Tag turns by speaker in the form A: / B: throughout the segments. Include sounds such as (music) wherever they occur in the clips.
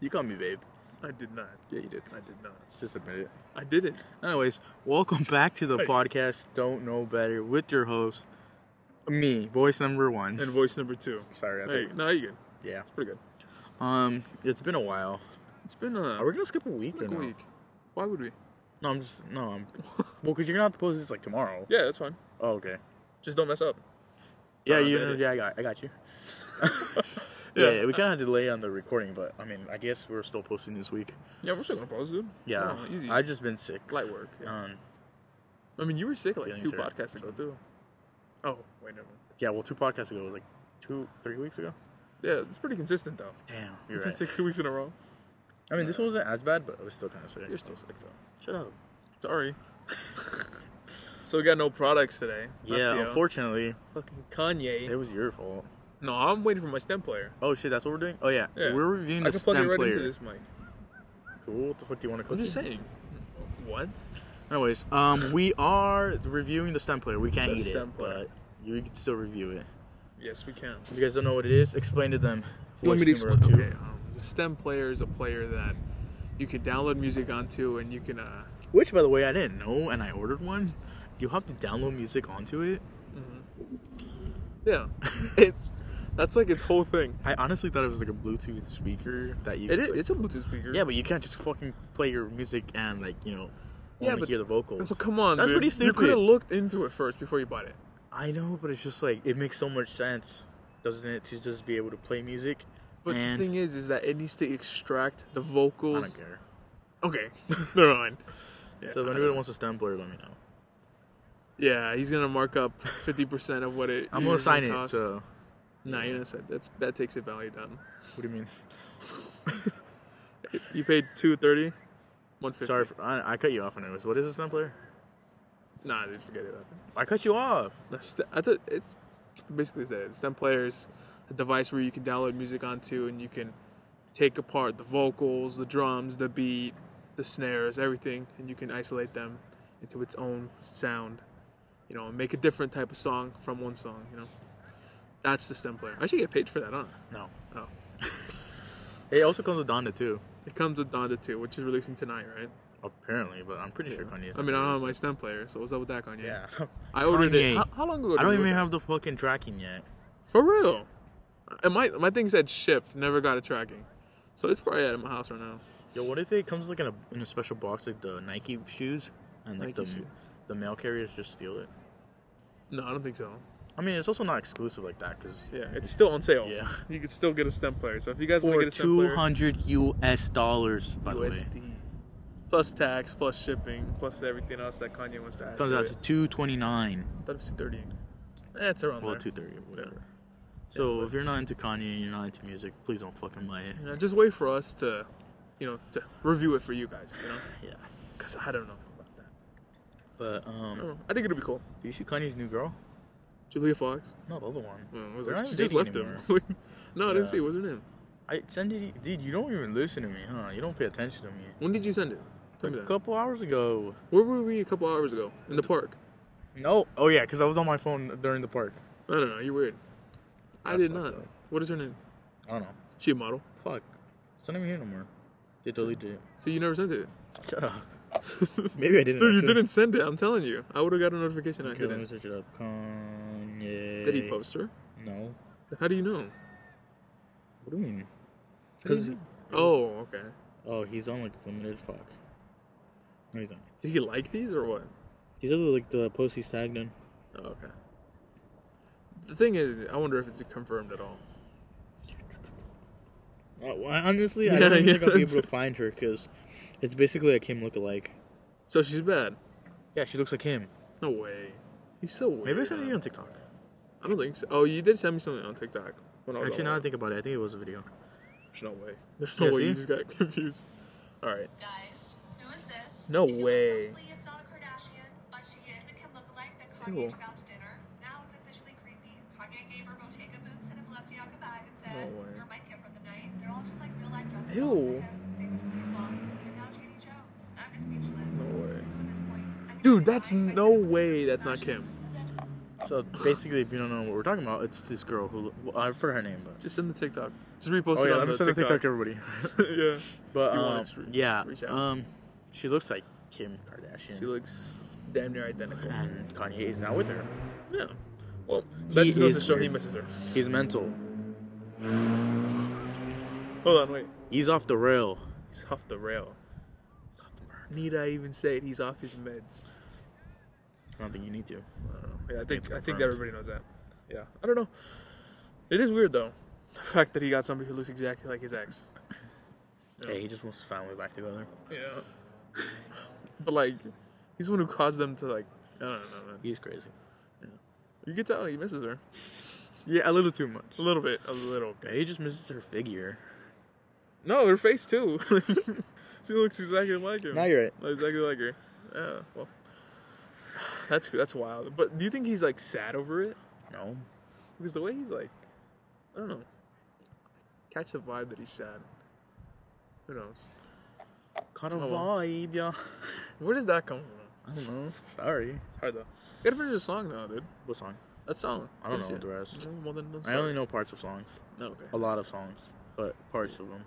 A: You called me babe.
B: I did not.
A: Yeah, you did.
B: I did not.
A: Just admit it.
B: I didn't.
A: Anyways, welcome (laughs) back to the
B: Hey.
A: podcast Don't Know Better with your host, me, voice number one.
B: And voice number two.
A: (laughs) Sorry, I
B: Hey,
A: think.
B: no, you're good.
A: Yeah.
B: It's pretty good.
A: Um, it's been a while.
B: It's been a,
A: Are we gonna skip a week
B: like
A: or
B: a
A: no?
B: week. Why would we?
A: No, I'm just no.
B: (laughs)
A: I'm well, cause you're gonna have to post this like tomorrow.
B: Yeah, that's fine.
A: Oh, okay.
B: Just don't mess up.
A: Yeah,
B: Sorry,
A: you.
B: I did it.
A: Yeah, I got. I got you.
B: Yeah.
A: (laughs) yeah. we kind of had a delay on the recording, but I mean, I guess we're still posting this week.
B: Yeah, we're still gonna pause, dude.
A: Yeah.
B: Come on, Oh, easy.
A: I've just been sick.
B: Light work. yeah.
A: Um,
B: I mean, you were sick like
A: feelings
B: two
A: hurt.
B: podcasts ago too. Oh wait, never. mind.
A: yeah. Well, two podcasts ago it was like two, three weeks ago.
B: Yeah, it's pretty consistent though.
A: Damn,
B: You've
A: you're
B: been
A: right.
B: sick two weeks in a row.
A: I mean, this wasn't as bad, but I was still kind of sick.
B: You're still sick though.
A: Shut up.
B: Sorry. (laughs) so we got no products today.
A: Yeah,
B: That's the, uh,
A: unfortunately,
B: fucking Kanye.
A: it was your fault.
B: No, I'm waiting for my stem player.
A: Oh shit, that's what we're doing. Oh yeah,
B: Yeah.
A: we're reviewing
B: I
A: the
B: can plug it
A: stem
B: right
A: player.
B: into this mic.
A: Cool. What the fuck do you want to cook?
B: I'm just saying. What?
A: Anyways, um, we are reviewing the stem player. We can't
B: The
A: eat it,
B: stem player.
A: but you can still review it.
B: Yes, we can.
A: If you guys don't know what it is, explain to them. Voice number two.
B: Okay. Um, the stem player is a player that you can download music onto, and you can. Uh,
A: Which, by the way, I didn't know, and I ordered one. You have to download music onto it.
B: yeah. (laughs) it. That's like its whole thing.
A: I honestly thought it was like a Bluetooth speaker that you.
B: It
A: could,
B: is.
A: like-
B: It's a Bluetooth speaker.
A: yeah, but you can't just fucking play your music and like you know
B: Yeah,
A: only
B: but-
A: hear the vocals.
B: But come on,
A: That's
B: dude.
A: pretty
B: You
A: stupid.
B: could have looked into it first before you bought it.
A: I know, but it's just like it makes so much sense, doesn't it, to just be able to play music?
B: But
A: and
B: the thing is, is that it needs to extract the
A: I
B: vocals.
A: don't care.
B: Okay, (laughs) never mind. Yeah,
A: so if
B: I
A: anyone
B: don't-
A: wants a stem player, let me know.
B: yeah, he's gonna mark up fifty percent of what it.
A: I'm gonna
B: usually
A: sign it.
B: costs.
A: So
B: Nah, you're innocent. That's that takes it value down.
A: what do you mean?
B: You paid two thirty, one
A: (laughs)
B: fifty.
A: Sorry, for, I, I cut you off on it. Was- What is a stem player?
B: Nah, dude, forget it.
A: I cut you off.
B: That's, that's a, it's basically that. Stem players, a device where you can download music onto, and you can take apart the vocals, the drums, the beat, the snares, everything, and you can isolate them into its own sound. You know, and make a different type of song from one song. You know, that's the stem player. I should get paid for that, huh?
A: No.
B: Oh,
A: (laughs) It also comes with Donda too,
B: it comes with Donda 2, which is releasing tonight, right?
A: apparently. But I'm pretty sure Kanye's.
B: I mean, I don't have my stem player, so what's up with that, Kanye?
A: Yeah.
B: (laughs)
A: (laughs)
B: I ordered
A: Kanye.
B: it. How, how long ago?
A: I
B: did
A: don't
B: you
A: even
B: order
A: have the fucking tracking yet.
B: For real. And my my thing said shipped, never got a tracking. So it's probably at my house right now.
A: Yo, what if it comes like in a in a special box like the Nike shoes and like
B: Nike
A: the
B: shoe.
A: the mail carriers just steal it?
B: No, I don't think so.
A: I mean, it's also not exclusive like that because
B: Yeah, it's still on sale.
A: Yeah.
B: You could still get a stem player. So if you guys want to
A: for
B: get a stem
A: two
B: player,
A: hundred U.S. dollars by the way.
B: USD. Plus tax, plus shipping, plus everything else that Kanye wants to add.
A: Comes
B: to
A: out
B: it.
A: to two twenty nine.
B: I thought it was 230. That's around
A: Well,
B: there.
A: two thirty, whatever.
B: Yeah.
A: So if you're not into Kanye and you're not into music, please don't fucking buy it.
B: Yeah, just wait for us to, you know, to review it for you guys. You know,
A: Yeah.
B: because I don't know about that.
A: But
B: I,
A: um,
B: don't know. I think it'll be cool.
A: you see Kanye's new girl?
B: Julia Fox.
A: No, the other one.
B: Well, I was
A: They're
B: like,
A: not
B: she
A: even
B: just
A: dating
B: left
A: anymore.
B: him. (laughs) no, I
A: Yeah.
B: didn't see. What's her name?
A: I send it, dude. You don't even listen to me, huh? You don't pay attention to me.
B: When did you send it? Tell me
A: a
B: that.
A: couple hours ago.
B: Where were we a couple hours ago? In the park.
A: No. Oh yeah, because I was on my phone during the park.
B: I don't know. You're weird. I
A: That's
B: did
A: fucked
B: not.
A: up.
B: What is her name?
A: I don't know.
B: She a model.
A: Fuck. It's not even here no more. They deleted it.
B: So you never sent it.
A: Shut up. (laughs) Maybe I didn't.
B: Dude, you
A: actually.
B: didn't send it. I'm telling you. I would have got a notification. I
A: Okay, let me
B: didn't.
A: search it up. Kanye.
B: Did he post her?
A: No.
B: How do you know?
A: What do you mean? Because
B: Oh, okay.
A: oh, he's on like limited. Fuck. No, he's not.
B: Did he like these or what?
A: These are like the posts he's tagged in.
B: Oh, okay. The thing is, I wonder if it's confirmed at all.
A: Uh, well, honestly, I (laughs)
B: Yeah,
A: don't
B: yeah,
A: think I'll be able
B: that's-
A: to find her because it's basically like him look alike.
B: So she's bad.
A: Yeah, she looks like him.
B: No way. He's so weird.
A: Maybe I sent it to you on TikTok.
B: I don't think so. Oh, you did send me something on TikTok. When I was
A: Actually,
B: all
A: now I
B: over.
A: think about it, I think it was a video.
B: There's no way. There's no
A: Yeah,
B: way.
A: see?
B: You just got (laughs) confused. All right.
C: Guys, who is this?
B: No
C: If you look
B: way.
C: closely, it's not a Kardashian, but she is a Kim lookalike that Kanye
B: Ew.
C: took out to dinner. Now it's officially creepy. Kanye gave her Bottega boots and a Balenciaga bag and said,
B: No way.
C: "You're my kid for the night." They're all just like real life dresses.
B: Ew.
C: dolls to him. Same with Julia Fox and now Jenny Jones. I'm just speechless.
B: No way.
C: So at this point, I
B: Dude,
C: need to
B: that's
C: hide my
B: no
C: sins.
B: way that's not Kim.
A: So basically, if you don't know what we're talking about, it's this girl who well, I forgot her name, but
B: Just send the TikTok. Just repost
A: oh
B: it
A: yeah,
B: on
A: I'm
B: the
A: sending
B: TikTok.
A: TikTok everybody. (laughs)
B: (laughs) yeah.
A: But
B: If you wanna
A: um,
B: just re-
A: yeah,
B: just reach out.
A: um, she looks like Kim Kardashian,
B: She looks damn near (laughs) identical.
A: and Kanye is not with her.
B: Yeah. Well,
A: He
B: that just goes to
A: is
B: show he
A: weird.
B: misses her.
A: He's mental.
B: Hold on, wait.
A: He's off the rail.
B: He's off the rail. Need I even say it? He's off his meds.
A: I don't think you need to.
B: I don't know. Yeah, I think
A: It's
B: I think
A: confirmed.
B: everybody knows that. Yeah. I don't know. It is weird though, the fact that he got somebody who looks exactly like his ex. Yeah.
A: Hey, he just wants his family back together.
B: Yeah. but like, he's the one who caused them to like. I don't know, man.
A: He's crazy.
B: You can tell he misses her
A: Yeah, a little too much.
B: a little bit, a little bit.
A: He just misses her figure.
B: No, her face too. (laughs) she looks exactly like him.
A: Now you're right.
B: Exactly like her. Yeah. Well, that's that's wild. But do you think he's like sad over it?
A: No,
B: Because the way he's like, I don't know. Catch the vibe that he's sad. Who knows?
A: caught a
B: Oh, well.
A: vibe, y'all.
B: Where did that come from?
A: I don't know. Sorry.
B: It's hard though. You gotta finish the song now, dude.
A: What song?
B: That song.
A: I don't know
B: Finish
A: the rest.
B: Mm, Well, then,
A: I only know parts of songs.
B: no, okay.
A: A lot of songs, but parts of them.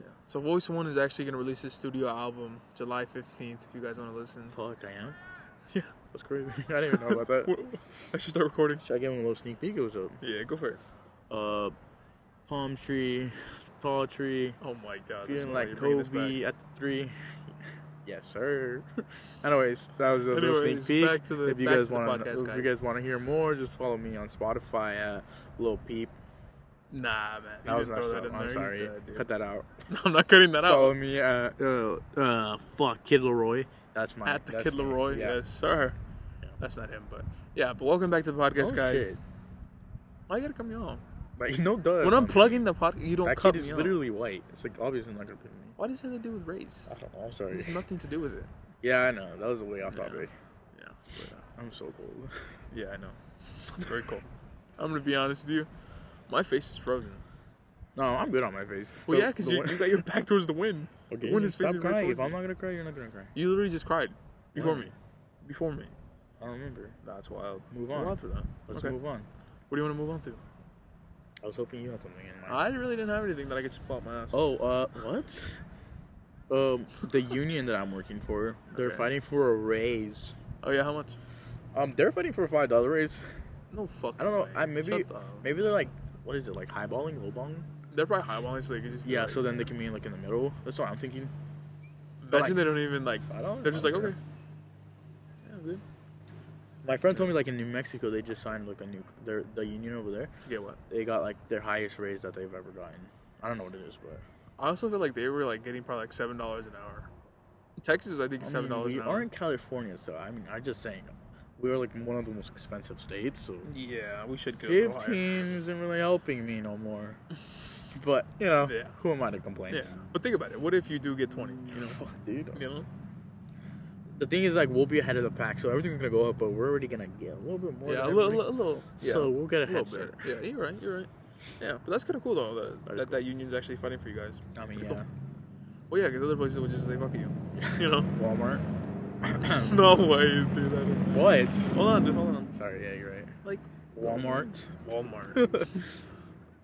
B: Yeah. So Voice One is actually gonna release his studio album July fifteenth. If you guys wanna listen.
A: Fuck, I (laughs) am.
B: Yeah.
A: That's crazy. (laughs) I didn't even know about (laughs) that.
B: (laughs) I should start recording.
A: Should I give him a little sneak peek? It was a
B: Yeah, go for it.
A: uh, palm tree, tall tree,
B: Oh my god. there's
A: feeling
B: no way
A: like
B: you're bringing this
A: Kobe
B: back.
A: at the three. (laughs) yes, sir. (laughs) Anyways, that was a little sneak
B: Anyways,
A: peek.
B: back to the-
A: if you
B: back
A: guys
B: to the
A: want
B: podcast,
A: if you
B: guys.
A: guys want to hear more, just follow me on Spotify at Lil Peep.
B: Nah, man.
A: That
B: you
A: was
B: didn't
A: messed
B: throw
A: up.
B: in there.
A: I'm
B: He's
A: sorry.
B: dead, dude.
A: Cut Oh, that out.
B: (laughs) I'm not cutting that out.
A: Follow me at uh, uh fuck Kid Leroy. That's my
B: At the
A: that's
B: Kid
A: me.
B: Leroy,
A: Yeah.
B: yes, sir.
A: Yeah.
B: That's not him, but yeah. But welcome back to the podcast,
A: Oh,
B: guys.
A: shit.
B: Why you gotta cut me off?
A: Like no does.
B: when I'm plugging the podcast, you don't
A: that
B: cut
A: kid
B: me
A: is
B: off.
A: literally white. It's like obviously not gonna be me.
B: What does that have to do with race?
A: I don't know. I'm
B: It
A: sorry.
B: has nothing to do with it.
A: Yeah, I know. That was way off
B: Yeah.
A: topic.
B: Yeah,
A: (laughs)
B: but, uh,
A: I'm so cold. (laughs)
B: yeah, I know. Very cool. I'm gonna be honest with you. My face is frozen.
A: No, I'm good on my face.
B: Well,
A: The-
B: yeah, because
A: the
B: you,
A: wind-
B: you
A: (laughs)
B: got your back towards the wind.
A: Okay,
B: The wind is
A: stop
B: facing right
A: crying.
B: towards
A: If I'm
B: me.
A: not gonna cry, you're not gonna cry.
B: You literally just cried before
A: Why?
B: me. Before me.
A: I don't remember.
B: That's wild.
A: Move
B: We're
A: on.
B: for that.
A: Let's
B: Okay.
A: move on.
B: What do you want to move on to?
A: I was hoping you had something in mind.
B: I really didn't have anything that I could just pop my ass.
A: Oh, uh, what? Um, the union that I'm working for, they're
B: Okay.
A: fighting for a raise.
B: Oh yeah, how much?
A: Um, they're fighting for a five dollar raise.
B: No fuck.
A: I don't know. I maybe
B: Shut the-
A: maybe they're like, what is it like highballing, lowballing?
B: they're probably high balling, so they could just be
A: Yeah.
B: like-
A: So then they can be like in the middle. That's what I'm thinking.
B: imagine
A: like-
B: they don't even like.
A: I don't.
B: They're just like
A: know.
B: okay. Yeah, good.
A: My friend told me like in New Mexico they just signed like a new their the union over there.
B: To get what?
A: They got like their highest raise that they've ever gotten. I don't know what it is, but
B: I also feel like they were like getting probably like seven dollars an hour. Texas, I think
A: I
B: is seven
A: mean,
B: dollars.
A: We
B: an
A: are
B: hour.
A: in California, so I mean, I'm just saying, we are like one of the most expensive states. So
B: Yeah, we should go.
A: fifteen isn't really helping me no more. But you know,
B: Yeah.
A: who am I to complain?
B: Yeah, but think about it. What if you do get twenty? You know,
A: Fuck, dude.
B: you know.
A: The thing is, like, we'll be ahead of the pack, so everything's gonna go up, but we're already gonna get a little bit more.
B: Yeah, a
A: than
B: little,
A: everybody.
B: a little. Yeah,
A: So we'll get a
B: a little
A: head
B: bit.
A: start.
B: Yeah, you're right. You're right. Yeah, but that's kind of cool though that
A: That
B: that,
A: is
B: that union's actually fighting for you guys.
A: I mean,
B: Pretty
A: yeah.
B: Well, yeah, because other places would just say fuck you. (laughs) You
A: (laughs)
B: know.
A: Walmart. (coughs)
B: no way you do that.
A: What?
B: Hold on, dude. Hold on.
A: Sorry, yeah, you're right.
B: Like
A: Walmart.
B: (laughs)
A: (laughs)
B: Walmart.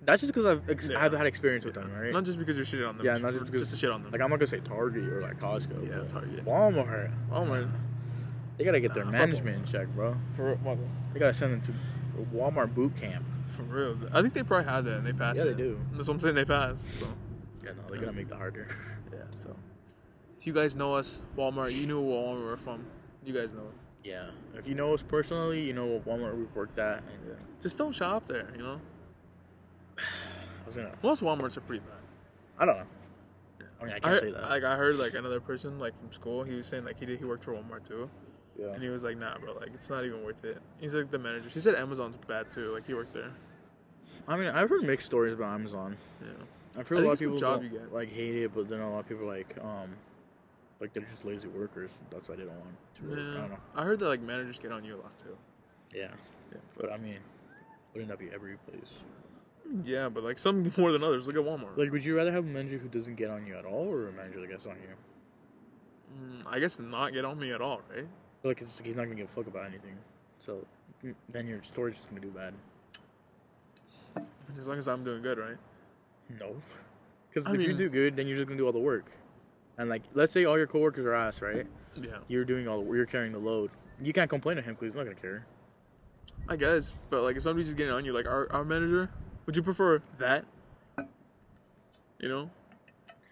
A: That's just because I've ex-
B: Yeah.
A: I've had experience with them, right?
B: Not just because you're shitting on them.
A: Yeah,
B: just
A: not
B: for-
A: just because-
B: just to shit on them.
A: like I'm not gonna say Target or like Costco.
B: Yeah,
A: but
B: Target. Oh
A: Walmart.
B: Walmart.
A: They gotta get their
B: Nah, fuck
A: management in check, bro.
B: For what?
A: They gotta send them to Walmart boot camp.
B: For real. I think they probably had that and they passed.
A: Yeah, they
B: it.
A: do.
B: That's what I'm saying. They passed. So
A: Yeah, no, they gotta make that harder. (laughs)
B: yeah. So if you guys know us, Walmart. You knew where Walmart we're from. You guys know. it.
A: Yeah. If you know us personally, you know what Walmart we've worked at. And
B: Just don't shop there. You know.
A: I was gonna.
B: Most Walmart's are pretty bad.
A: I don't know. I mean, I can't
B: heard,
A: say that.
B: Like I heard like another person like from school. He was saying like he did. He worked for Walmart too.
A: yeah.
B: And he was like, nah, bro, like, it's not even worth it. He's like the manager. He said Amazon's bad too. Like, he worked there.
A: I mean, I've heard mixed stories about Amazon.
B: Yeah.
A: I've heard
B: I
A: a lot of
B: think it's what
A: people
B: job
A: don't,
B: you get.
A: like hate it, but then a lot of people like um, like they're just lazy workers. That's why they don't want to. Work. I
B: yeah.
A: don't know.
B: I heard that, like, managers get on you a lot too.
A: Yeah.
B: Yeah.
A: But uh, I mean, wouldn't that be every place?
B: Yeah, but, like, some (laughs) more than others. Look at Walmart.
A: Like, would you rather have a manager who doesn't get on you at all, or a manager that gets on you?
B: Mm, I guess not get on me at all, right?
A: Like, it's, he's not gonna give a fuck about anything. So mm, then your story's just gonna do bad.
B: As long as I'm doing good, right?
A: No, because
B: I
A: if you
B: mean-
A: do good, then you're just gonna do all the work. And like, let's say all your coworkers are ass, right?
B: Yeah.
A: You're doing all the, you're carrying the load. You can't complain to him because he's not gonna care.
B: I guess, but like if somebody's just getting on you, like our, our manager, would you prefer that? You know,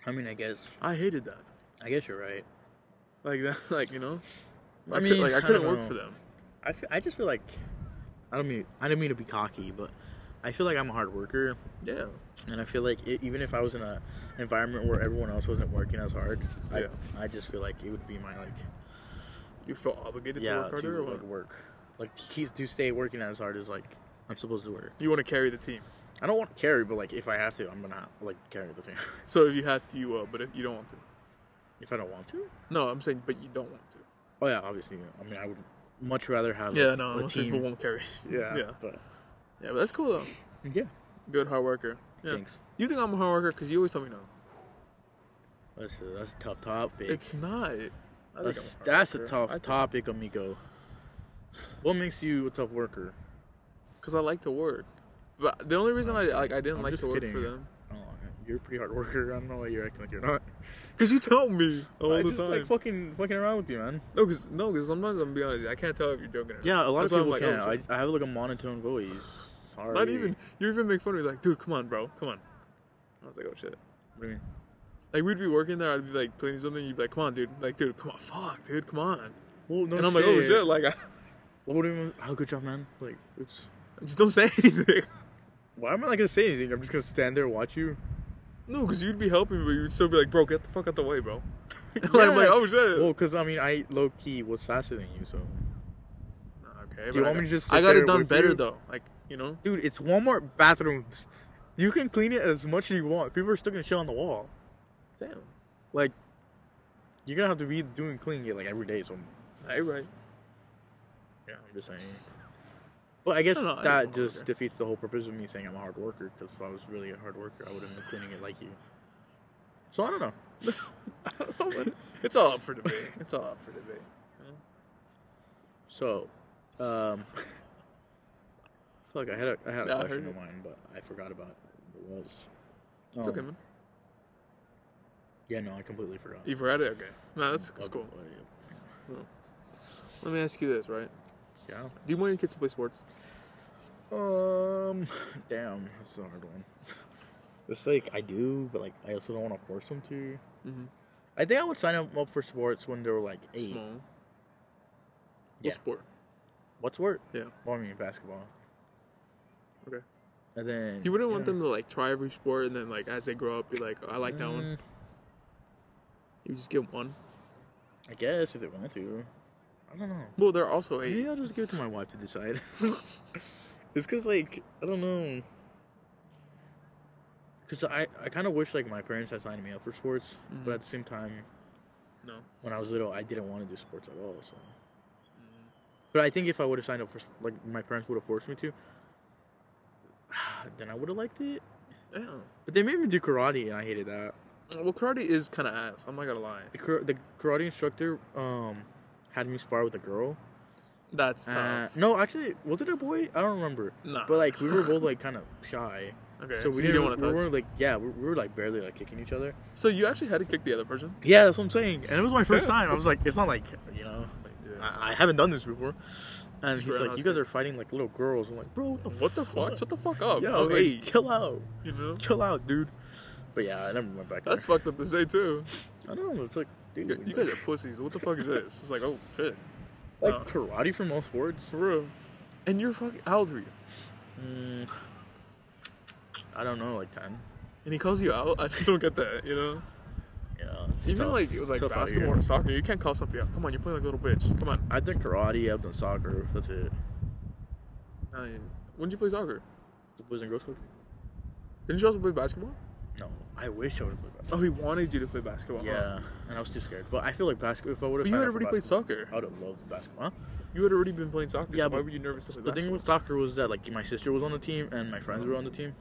A: I mean, I guess,
B: I hated that.
A: I guess you're right.
B: Like (laughs) that, like you know,
A: I
B: I, mean,
A: mean,
B: like I
A: I
B: couldn't
A: don't
B: work
A: know.
B: for them.
A: I, f- I just feel like I don't mean I didn't mean to be cocky, but I feel like I'm a hard worker,
B: Yeah,
A: and I feel like it, even if I was in a environment where everyone else wasn't working as hard,
B: Yeah.
A: I I just feel like it would be my like
B: you felt obligated to
A: yeah
B: work harder.
A: to
B: or what?
A: like work like keys to stay working as hard as like I'm supposed to work.
B: You want to carry the team,
A: I don't want to carry, but like if I have to, I'm gonna like carry the thing. (laughs)
B: so if you have to, you will. But if you don't want to,
A: if I don't want to,
B: no, I'm saying, but you don't want to.
A: oh yeah, obviously. I mean, I would much rather have
B: Yeah,
A: like,
B: no,
A: a
B: most people
A: team. (laughs)
B: won't carry.
A: Yeah,
B: yeah,
A: yeah,
B: yeah,
A: but
B: but that's cool though.
A: yeah,
B: Good hard worker. Yeah.
A: thanks.
B: You think I'm a hard worker because you always tell me no.
A: That's a, that's a tough topic.
B: It's not. I think I'm
A: That's,
B: hard
A: that's a
B: worker.
A: tough
B: I think-
A: topic, amigo. What makes you a tough worker?
B: Cause I like to work, but the only reason I like I didn't
A: I'm
B: like
A: just
B: to work
A: kidding.
B: for them.
A: I don't know, you're a pretty hard worker. I don't know why you're acting like you're not.
B: Cause you tell me all
A: Oh, I
B: the
A: just
B: time.
A: like fucking fucking around with you, man.
B: no, cause no, cause sometimes I'm gonna be honest, with you, I can't tell if you're joking. Or not.
A: Yeah, a lot
B: That's why
A: of
B: I'm
A: people
B: like,
A: can.
B: oh,
A: I,
B: shit.
A: I have like a monotone voice. Sorry.
B: not even you even make fun of me like, dude, come on, bro, come on. I was like, oh shit.
A: What do you mean?
B: Like we'd be working there, I'd be like cleaning something, you'd be like, come on, dude, like, dude, come on, fuck, dude, come on.
A: Well, no
B: and I'm like, oh shit, like, (laughs) I,
A: What do you mean? How good job, man? Like, it's.
B: just don't say anything. (laughs)
A: Why am I not gonna say anything? I'm just gonna stand there and watch you.
B: No, cause you'd be helping me, but you'd still be like, bro, get the fuck out the way, bro. (laughs) (laughs) like,
A: Yeah.
B: I'm like, oh shit.
A: Well, because I mean, I low key was faster than you, so.
B: okay,
A: you
B: but I
A: want me to
B: got-
A: just
B: I
A: sit
B: got
A: there
B: it done
A: with
B: better
A: you?
B: though, like you know.
A: Dude, it's Walmart bathrooms. You can clean it as much as you want. People are still gonna shit on the wall.
B: Damn.
A: Like, you're gonna have to be doing cleaning it like every day. So,
B: Hey, right. (laughs)
A: yeah, I'm just saying. Well, I guess
B: I don't know, I
A: that
B: don't know.
A: just defeats the whole purpose of me saying I'm a hard worker. Because if I was really a hard worker, I would have been cleaning it like you. So I don't know. I don't know.
B: It's all up for debate. It's all up for debate.
A: So, um, (laughs) fuck, I had a, I had a
B: Yeah, I
A: question
B: heard
A: of mine, but I forgot about what it was.
B: It's okay,
A: Um,
B: man.
A: Yeah, no, I completely forgot.
B: You forgot it? Okay. No, that's, that's
A: I'll-
B: cool.
A: uh,
B: Let me ask you this, right?
A: Yeah.
B: Do you want your kids to play sports?
A: Um, (laughs) damn, that's a hard one. (laughs) It's like I do, but like I also don't want to force them to.
B: Mm-hmm.
A: I think I would sign them up for sports when they were like eight.
B: Small. What
A: Yeah.
B: sport?
A: What's work?
B: Yeah.
A: Well, I mean basketball.
B: Okay.
A: And then
B: You wouldn't want
A: yeah.
B: them to like try every sport and then like as they grow up, be like, "Oh, I like that one.
A: Mm,
B: You just give them one.
A: I guess if they wanted to. I don't know.
B: Well, they're also eight.
A: Maybe I'll just give it to my wife to decide. (laughs) it's because, like, I don't know. Because I, I kind of wish, like, my parents had signed me up for sports,
B: Mhm.
A: but at the same time,
B: No.
A: when I was little, I didn't want to do sports at all, so. But I think if I would have signed up for, s- like, my parents would have forced me to, (sighs) then I would have liked it.
B: Yeah.
A: But they made me do karate, and I hated that.
B: Mm. Well, karate is kind of ass. I'm not gonna lie.
A: The, kar- the karate instructor um, had me spar with a girl.
B: That's tough.
A: Uh, no, actually, was it a boy? I don't remember.
B: nah.
A: But, like, we were both, like, kind of shy.
B: okay.
A: Uh, So we didn't,
B: you didn't want
A: we
B: to touch.
A: were like yeah we, we were like barely like kicking each other.
B: So you actually had to kick the other person.
A: Yeah, that's what I'm saying. And it was my
B: first
A: time. I was like, it's not like you know
B: Like,
A: I, I haven't done this before. And
B: Just
A: he's like,
B: roundhouse
A: you guys
B: kick.
A: are fighting like little girls. I'm like, bro, what the,
B: What the fuck? Shut the fuck up. Oh,
A: yeah,
B: I was
A: hey,
B: like,
A: chill out,
B: you know.
A: chill out, dude. But yeah, I never went back.
B: That's
A: there.
B: fucked up to say too.
A: I don't know. It's like, dude,
B: You, you guys are pussies. What the fuck is this? It's like, oh shit,
A: like
B: uh,
A: karate from all sports.
B: for real. And you're fucking. How old were you?
A: Mm, I don't know, like ten.
B: And he calls you out. I just don't get that. You know.
A: Yeah, it's
B: Even
A: tough.
B: like it was
A: It's
B: like
A: tough out here.
B: basketball or soccer. You can't call somebody out. Come on, you're playing like a little bitch. Come on.
A: I've done karate. I've done soccer. That's it.
B: Nah, you- when did you play soccer?
A: The boys and girls club.
B: Didn't you also play basketball?
A: No, I wish I would have played basketball.
B: Oh, he wanted Oh, you to play basketball. huh?
A: Yeah, and I was too scared. But I feel like basketball. If I would have,
B: But you had already played soccer.
A: I would have loved basketball. Huh?
B: You had already been playing soccer.
A: Yeah,
B: so why
A: but
B: were you nervous to play
A: The thing
B: basketball?
A: with soccer was that like my sister was on the team and my friends were on the team,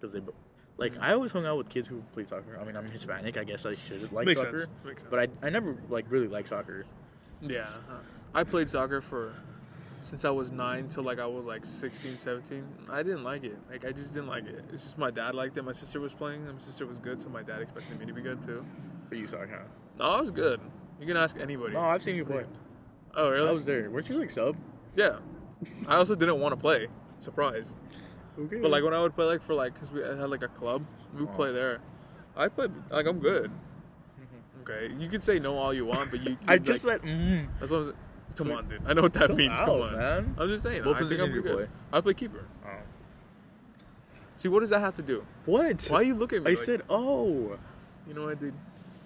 A: because they, bo- like
B: Mm.
A: I always hung out with kids who played soccer. I mean, I'm Hispanic. I guess I should like
B: Makes
A: soccer,
B: sense. Makes sense. uh-huh.
A: but I I never like really liked soccer.
B: yeah, I played soccer for since I was nine till like I was like 16, 17. I didn't like it. Like I just didn't like it. It's just my dad liked it. My sister was playing. and My sister was good, so my dad expected me to be good too.
A: But you suck, huh?
B: No, I was good. You can ask anybody.
A: No, I've seen you play.
B: oh really?
A: I was there. Weren't you like sub?
B: yeah. I also didn't want to play. Surprise.
A: Okay.
B: But like when I would play like for like because we had like a club, we would
A: Oh.
B: play there. I played like I'm good. Okay, you can say no all you
A: (laughs)
B: want, but you.
A: Mm-hmm. I
B: you'd,
A: just
B: like,
A: said, mm.
B: That's what I'm saying. Come
A: So-
B: on, dude. I know what that
A: Chill
B: means. Come
A: out,
B: on,
A: man.
B: I'm just saying.
A: What
B: I think
A: position
B: I'm
A: do you
B: pretty good. I play keeper.
A: Oh.
B: See, what does that have to do?
A: What?
B: Why you look at me?
A: I
B: like-
A: said, oh.
B: You know what, dude?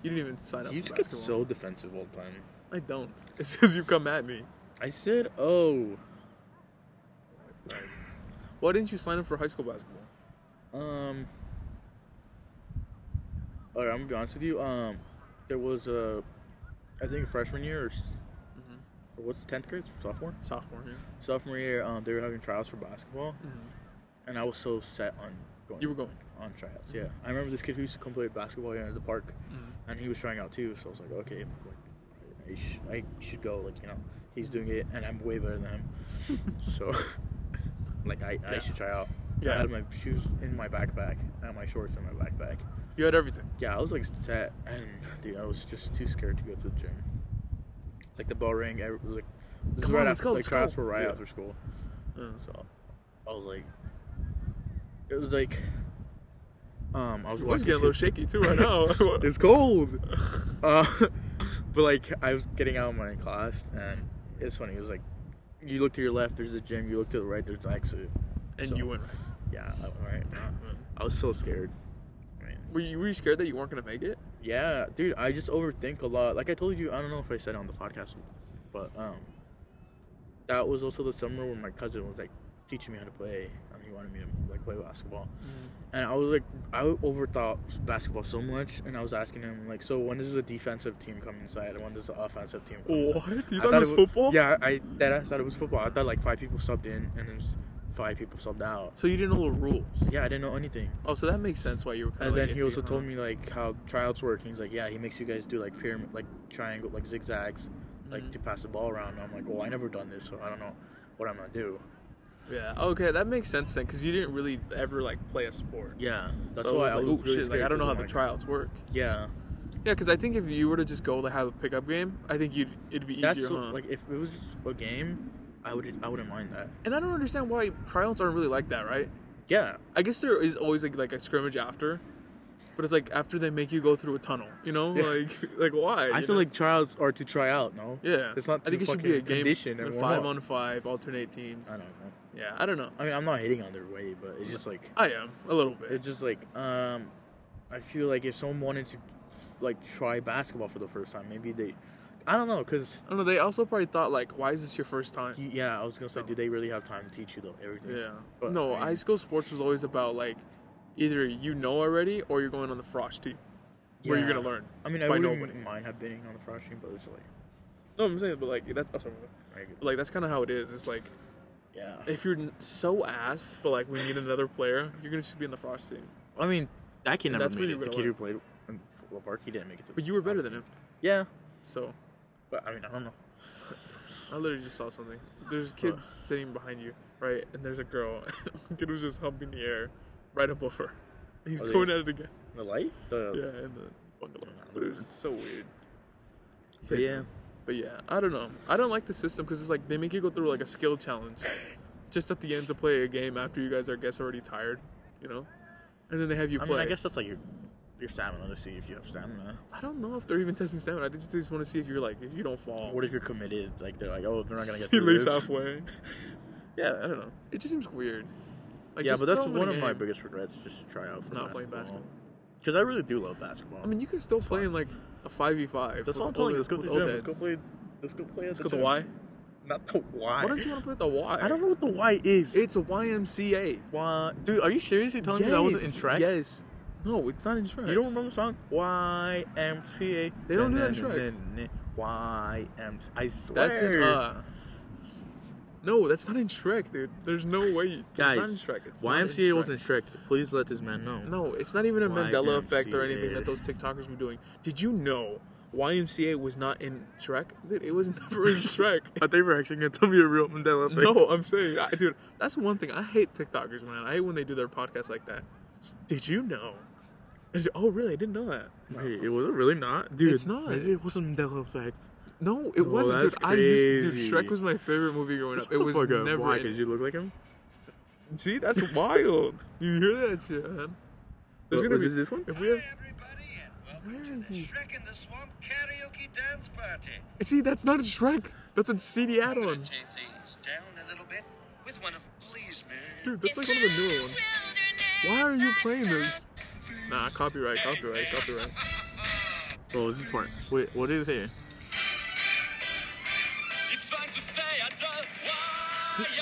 B: You didn't even sign up.
A: You
B: for
A: just get
B: basketball.
A: so defensive all the time.
B: I don't. (laughs) It's because you come at me.
A: I said, oh.
B: Why didn't you sign up for high school basketball?
A: Um. All right, I'm gonna be honest with you. Um, there was a, I think freshman year or, s- Mm-hmm.
B: Mhm.
A: or what's tenth grade sophomore
B: Sophomore year.
A: sophomore year. Um, they were having tryouts for basketball, and I was so set on going
B: You were going. Mm-hmm.
A: on tryouts. Yeah, I remember this kid who used to come play basketball here at the park, and he was trying out too. So I was like, okay, like, I, sh- I should go. Like you know, he's doing it, and I'm way better than him. so, (laughs) like I, I
B: Yeah.
A: should try out. I
B: (laughs) Yeah.
A: had my shoes in my backpack and my shorts in my backpack.
B: You had everything.
A: Yeah, I was like set, and dude, I was just too scared to go to the gym. Like the bell rang, every, like this is
B: Come
A: right
B: on, let's
A: after,
B: go,
A: like
B: let's go.
A: tryouts were right
B: Yeah.
A: after school,
B: Mm.
A: so I was like, it was like, um, I was
B: You was
A: watching.
B: getting a little
A: T-
B: shaky too right now.
A: (laughs) it's cold. Uh, (laughs) but like I was getting out of my class, and it's funny. It was like, you look to your left, there's the gym. You look to the right, there's the exit.
B: (laughs) and
A: So-
B: you went.
A: Yeah, I went right.
B: Right.
A: I was so scared. I mean,
B: Were you, were you scared that you weren't gonna make it?
A: Yeah, dude, I just overthink a lot. Like I told you, I don't know if I said it on the podcast, but um, that was also the summer when my cousin was like teaching me how to play, and he wanted me to like play basketball. And I was like, I overthought basketball so much, and I was asking him like, so when does the defensive team come inside, and when does the offensive team come? inside?"
B: What? You
A: I
B: thought, it was
A: wa-
B: football?
A: Yeah, I that I thought it was football. I thought like five people subbed in, and then five people subbed out.
B: So you didn't know the rules.
A: Yeah, I didn't know anything.
B: Oh, so that makes sense why you were. Kind
A: And
B: of
A: then he also told me like how tryouts work. He's like, yeah, he makes you guys do like pyramid, like triangle, like zigzags, like to pass the ball around. And I'm like, well, I never done this, so I don't know what I'm gonna do.
B: Mm. Yeah. Okay, that makes sense then, because you didn't really ever like play a sport.
A: Yeah, that's
B: so
A: why
B: it
A: I
B: was
A: was
B: like, oh
A: really
B: shit, like I
A: scared
B: don't know
A: 'cause
B: how
A: I'm
B: the
A: like,
B: tryouts work.
A: Yeah,
B: Yeah, because I think if you were to just go to have a pickup game, I think you'd it'd be
A: that's
B: easier,
A: so-
B: huh?
A: like if it was just a game, I would I wouldn't mind that.
B: and I don't understand why tryouts aren't really like that, right?
A: Yeah,
B: I guess there is always like like a scrimmage after, but it's like after they make you go through a tunnel, you know,
A: Yeah.
B: like (laughs) like why?
A: I
B: you
A: feel
B: know?
A: like tryouts are to try out. No.
B: yeah,
A: it's not
B: I
A: to
B: think it should be a
A: fucking
B: game
A: condition and
B: with
A: warm
B: five
A: up.
B: on five, alternate teams.
A: I don't know.
B: Yeah, I don't know.
A: I mean, I'm not hating on their way, but it's just like
B: I am a little bit.
A: it's just like um, I feel like if someone wanted to like try basketball for the first time, maybe they, I don't know, cause
B: I don't know. They also probably thought like, why is this your first time?
A: You- Yeah, I was gonna say,
B: So-
A: do they really have time to teach you though everything?
B: Yeah.
A: But, I
B: no,
A: mean-
B: high school sports was always about like either you know already or you're going on the frosh team where you're
A: Yeah.
B: gonna learn.
A: I mean, I
B: By
A: wouldn't
B: nobody.
A: mind have been on the frosh team, but it's like,
B: No, I'm saying, but like that's oh, sorry.
A: like,
B: But, like that's kind of how it is. It's like
A: yeah.
B: if you're n- so ass, but like we need another player, you're gonna just be in the frosh team.
A: I mean, that kid
B: And
A: never
B: that's
A: made
B: where
A: it.
B: you're
A: The
B: gonna
A: kid who played in football park, he didn't make it. To
B: But you were better than him,
A: Yeah,
B: so
A: but I mean, I don't know.
B: I literally just saw something. There's kids sitting behind you, right? And there's a girl. (laughs) Kid was just humping the air right above her. He's
A: Oh, they-
B: going at it again.
A: The light, the
B: Yeah, in the bungalow.
A: Nah,
B: But it was so weird.
A: But yeah,
B: But yeah, I don't know. I don't like the system because it's like they make you go through like a skill challenge, just at the end to play a game after you guys are I guess already tired, you know, and then they have you
A: I
B: play.
A: mean, I guess that's like your your stamina to see if you have stamina.
B: I don't know if they're even testing stamina. I just, they just want to see if you're like if you don't fall.
A: What if you're committed? Like they're like, oh, they're not gonna (laughs) get
B: he
A: through
B: leaves
A: this.
B: halfway. (laughs) yeah, I don't know. It just seems weird. Like,
A: yeah,
B: just
A: but that's
B: throw 'em in
A: one
B: a
A: of my
B: game.
A: biggest regrets, just to try out for
B: Not playing
A: Because I really do love basketball.
B: I mean, you can still play in like a five v five.
A: that's what I'm telling you. Let's go to the gym. Let's go play. Let's go play. at
B: Let's go to
A: gym.
B: Y.
A: Not the Y.
B: Why don't you want to play at the Y?
A: I don't know what the Y is.
B: It's a YMCA.
A: Why, dude? Are you seriously telling me that wasn't in
B: Yes,
A: track?
B: Yes. No, it's not in track.
A: You don't remember the song Y M C A?
B: They don't do that in track.
A: Y M. I swear.
B: That's in uh. No, that's not in Shrek, dude. There's no way.
A: Guys,
B: it's not in Shrek. It's not in
A: YMCA
B: Shrek.
A: wasn't strict. Please let this man know.
B: No, it's not even a Mandela effect or
A: YMCA.
B: anything that those TikTokers were doing. Did you know YMCA was not in Shrek. Dude, it was (laughs) never in Shrek.
A: (laughs) I think we're actually gonna tell me a real Mandela effect.
B: no, I'm saying, I, dude, that's one thing. I hate TikTokers, man. I hate when they do their podcasts like that. S- Did you know? And- oh, really? I didn't know that.
A: Wait, it was really not, dude.
B: It's not.
A: Maybe it wasn't Mandela effect.
B: No, it
A: Oh,
B: wasn't, dude.
A: that's
B: I used,
A: crazy.
B: dude, Shrek was my favorite movie growing up. It was
A: Fuck up.
B: never.
A: Why?
B: in-
A: Because you look like him.
B: See, that's wild. you hear that shit, man?
A: What-
B: There's gonna
A: was
B: be
A: this this one?
B: If we
D: Hi
B: have,
D: everybody and
B: Where
D: welcome to the
B: is he?
D: Shrek and the Swamp Karaoke Dance Party.
B: see, that's not Shrek. That's a CD
D: I'm gonna
B: add-on,
D: take things down a little bit with one of Please Man.
B: dude. That's like one of the newer ones. Why are you playing this? Nah, copyright, copyright, copyright.
A: Oh, this is part. Wait, what is it?
D: It's fun to stay adult.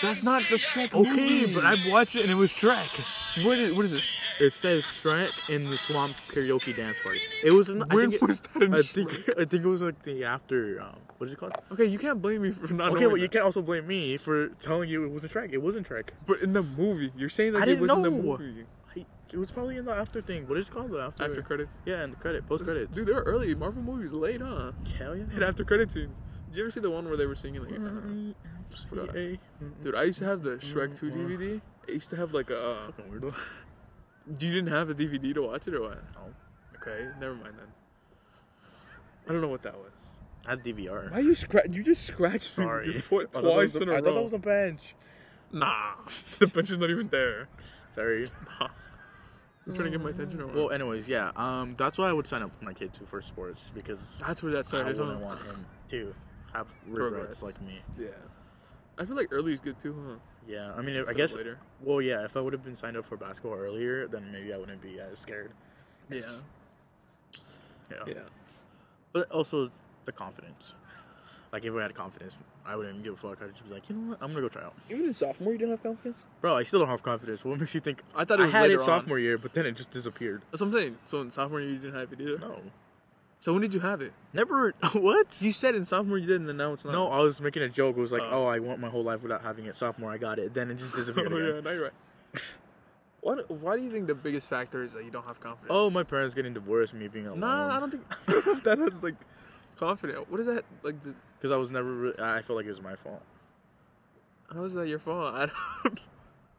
B: That's not the Shrek
A: Okay,
B: movie.
A: but I watched it and it was Shrek.
B: what is what is this?
A: It says Shrek in the Swamp Karaoke Dance Party. It was. In, I
B: When
A: think it-
B: was that in
A: I think (laughs) I think it was like the after. Um, what is it called?
B: Okay, you can't blame me for not
A: Okay,
B: knowing.
A: well you
B: that.
A: can't also blame me for telling you it wasn't Shrek. It wasn't Shrek.
B: But in the movie, you're saying
A: I
B: that it
A: didn't
B: was in the
A: know.
B: movie.
A: I, it was probably in the after thing. What is it called? The after.
B: After credits.
A: Yeah, and the credit, post credits.
B: (laughs) Dude, they were early Marvel movies late, huh?
A: hell yeah.
B: And after credit scenes. Did you ever see the one where they were singing like? forgot. (laughs)
A: CA.
B: Dude, I used to have the Shrek 2 DVD. I used to have like a. Uh,
A: Fucking weirdo.
B: you didn't have a DVD to watch it or what?
A: No.
B: Okay, never mind then. I don't know what that was.
A: I had DVR.
B: Why you scratch? You just scratched me
A: Sorry.
B: before,
A: I thought that was
B: twice
A: a-
B: in a
A: I thought that
B: row.
A: was a bench.
B: nah, (laughs) the bench is not even there.
A: Sorry.
B: Nah. I'm trying to get my attention or what?
A: Well, anyways, yeah. Um, that's why I would sign up my kid too for sports because
B: that's where that
A: I
B: started.
A: wouldn't
B: huh?
A: want him to have
B: Regrets.
A: regrets like me.
B: Yeah. I feel like early is good too, huh?
A: Yeah, I mean, if, I
B: Instead
A: guess.
B: of later.
A: Well, yeah. If I would have been signed up for basketball earlier, then maybe I wouldn't be as scared.
B: Yeah.
A: Yeah.
B: Yeah.
A: But also the confidence. Like if I had confidence, I wouldn't give a fuck. I'd just be like, you know what? I'm gonna go try out.
B: Even in sophomore, you didn't have confidence.
A: Bro, I still don't have confidence. What makes you think?
B: I thought it was
A: I had
B: later
A: it
B: on.
A: sophomore year, but then it just disappeared.
B: That's what I'm saying. So in sophomore, year, you didn't have it either.
A: No,
B: So when did you have it?
A: never. (laughs) what?
B: You said in sophomore you did, and then now it's not. (laughs)
A: No, I was making a joke. It was like,
B: Oh.
A: oh, I went my whole life without having it. Sophomore, I got it. Then it just
B: (laughs) oh
A: disappeared. again.
B: yeah, now you're right. (laughs) What? Why do you think the biggest factor is that you don't have confidence?
A: Oh, my parents getting divorced, me being alone.
B: Nah, I don't think I don't know if um, (laughs) that is like confident. What is that like? Does,
A: Because I was never. Really, I felt like it was my fault.
B: how is that your fault? I don't. (laughs)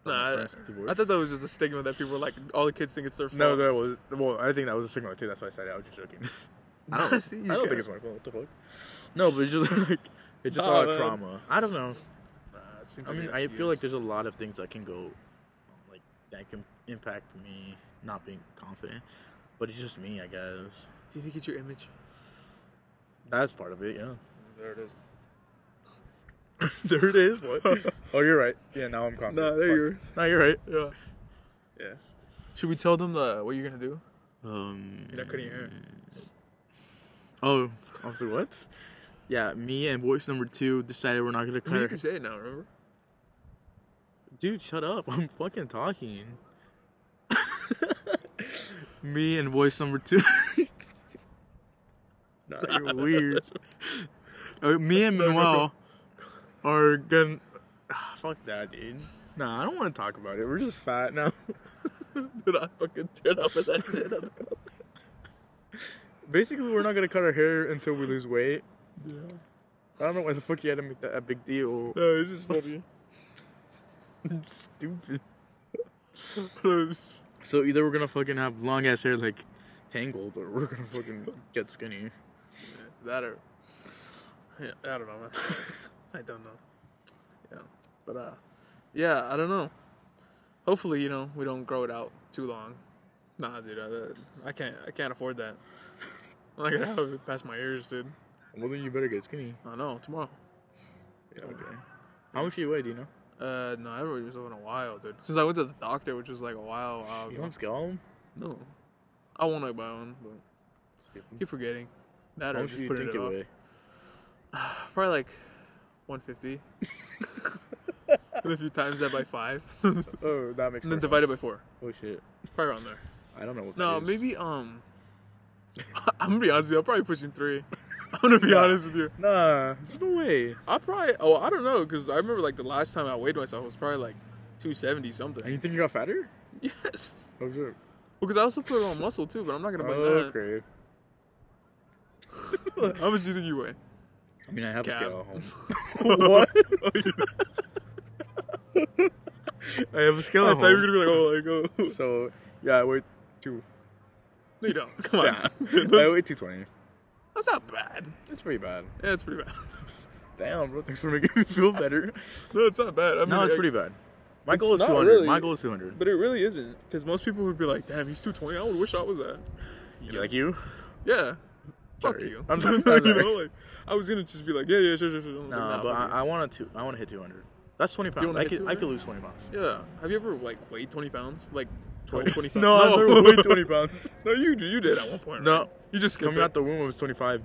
B: Nah,
A: parents
B: I,
A: divorced.
B: I thought that was just a stigma that people were like, all the kids think it's their fault. (laughs)
A: No, that was. Well, I think that was a signal too. That's why I said it. I was just joking. (laughs) I don't.
B: See,
A: I
B: you
A: don't
B: can't-
A: think it's my fault. What the fuck? No, but it's just (laughs) like it's just a
B: Nah,
A: lot
B: man.
A: of trauma. I don't know.
B: Nah, it seems
A: I
B: like
A: mean,
B: an
A: I feel like
B: excuse.
A: there's a lot of things that can go, like that can impact me not being confident. But it's just me, I guess.
B: Do you think it's your image?
A: That's part of it. Yeah.
B: There it is.
A: (laughs) there it is. (laughs) What? oh, you're right. Yeah. Now I'm confident.
B: Nah, there
A: Fuck.
B: you are.
A: No, you're right.
B: Yeah. Yeah. Should we tell them the, what you're gonna do?
A: Um.
B: You're not cutting your hair.
A: Oh, I was like, what? Yeah, me and voice number two decided we're not gonna
B: I
A: cut.
B: mean,
A: our-
B: you can say it now. Remember? (laughs)
A: Dude, shut up! I'm fucking talking. (laughs) me and voice number two. (laughs) nah, you're weird. Uh, me and
B: (laughs) No, no, no.
A: Manuel are gonna. (sighs) Ah, fuck that, dude. Nah, I don't want to talk about it. We're just fat now. (laughs)
B: Dude, I fucking teared up at that shit.
A: Basically, we're not gonna cut our hair until we lose weight.
B: yeah.
A: I don't know why the fuck you had to make that a big deal.
B: No, it's (laughs) just funny.
A: Stupid.
B: No, it's-
A: So either we're gonna fucking have long ass hair like tangled, or we're gonna fucking get skinny.
B: that or yeah, I don't know, man. (laughs) I don't know. Yeah, but uh, yeah, I don't know. Hopefully, you know, we don't grow it out too long. Nah, dude, I, I can't, I can't afford that. (laughs) I'm not gonna have it past my ears, dude.
A: Well, then you better get skinny.
B: I know tomorrow.
A: Yeah, okay. How much do you weigh? Do you know?
B: Uh, no, I haven't really in a while, dude. Since I went to the doctor, which was like a while, while
A: You
B: ago.
A: don't scale them?
B: No, I want to buy one, but keep forgetting. That
A: How
B: or
A: much
B: just
A: do you
B: putting
A: think
B: it
A: it
B: off.
A: weigh?
B: Probably like 150. (laughs) and if you times that by five, (laughs) and
A: Oh, that makes.
B: then divide it by four,
A: Oh shit!
B: probably around there.
A: I don't know what.
B: No,
A: that is.
B: maybe um, (laughs) I'm gonna be honest with you. I'm probably pushing three. (laughs) I'm gonna be honest with you.
A: Nah, there's no way.
B: I probably oh I don't know because I remember like the last time I weighed myself was probably like 270
A: And
B: something.
A: you think you got fatter?
B: (laughs) Yes,
A: Oh shit! Oh,
B: because I also put on muscle too, but I'm not gonna buy that.
A: Okay.
B: (laughs) How much do you think you weigh?
A: I mean, I have
B: Cab.
A: a scale at (laughs) home. what? I have a scale
B: I
A: at
B: thought you
A: home.
B: were gonna be like, oh, like, oh. (laughs)
A: So yeah, I weigh two.
B: No, you don't. Come on.
A: Yeah, (laughs) I weigh two twenty.
B: (laughs) That's not bad.
A: That's pretty bad.
B: Yeah, it's pretty bad. (laughs)
A: Damn, bro. Thanks for making me feel better.
B: No, it's not bad. I
A: (laughs)
B: mean,
A: no, it's
B: I-
A: pretty bad. My
B: It's
A: goal is
B: not
A: two hundred.
B: really.
A: My goal is two hundred.
B: But it really isn't, because most people would be like, "Damn, he's 220. I would wish I was that."
A: Like you?
B: Yeah. Fuck
A: Sorry.
B: you. (laughs)
A: I'm sorry.
B: You
A: I'm sorry.
B: know, like, I was gonna just be like, "Yeah, yeah, sure, sure, sure." I was like,
A: Nah,
B: nah,
A: but
B: fuck
A: I, I want to. I want to hit two hundred. That's twenty pounds.
B: wanna
A: I
B: hit
A: could. I
B: 200?
A: could lose twenty (laughs) pounds.
B: you. yeah. Have you ever like weighed 20 pounds? Like 12, 20 pounds?
A: no, (laughs) I never weighed twenty pounds.
B: (laughs) No, you you did at one point.
A: No.
B: right? you just skipped
A: Coming
B: it. (laughs)
A: out the womb, I was twenty-five.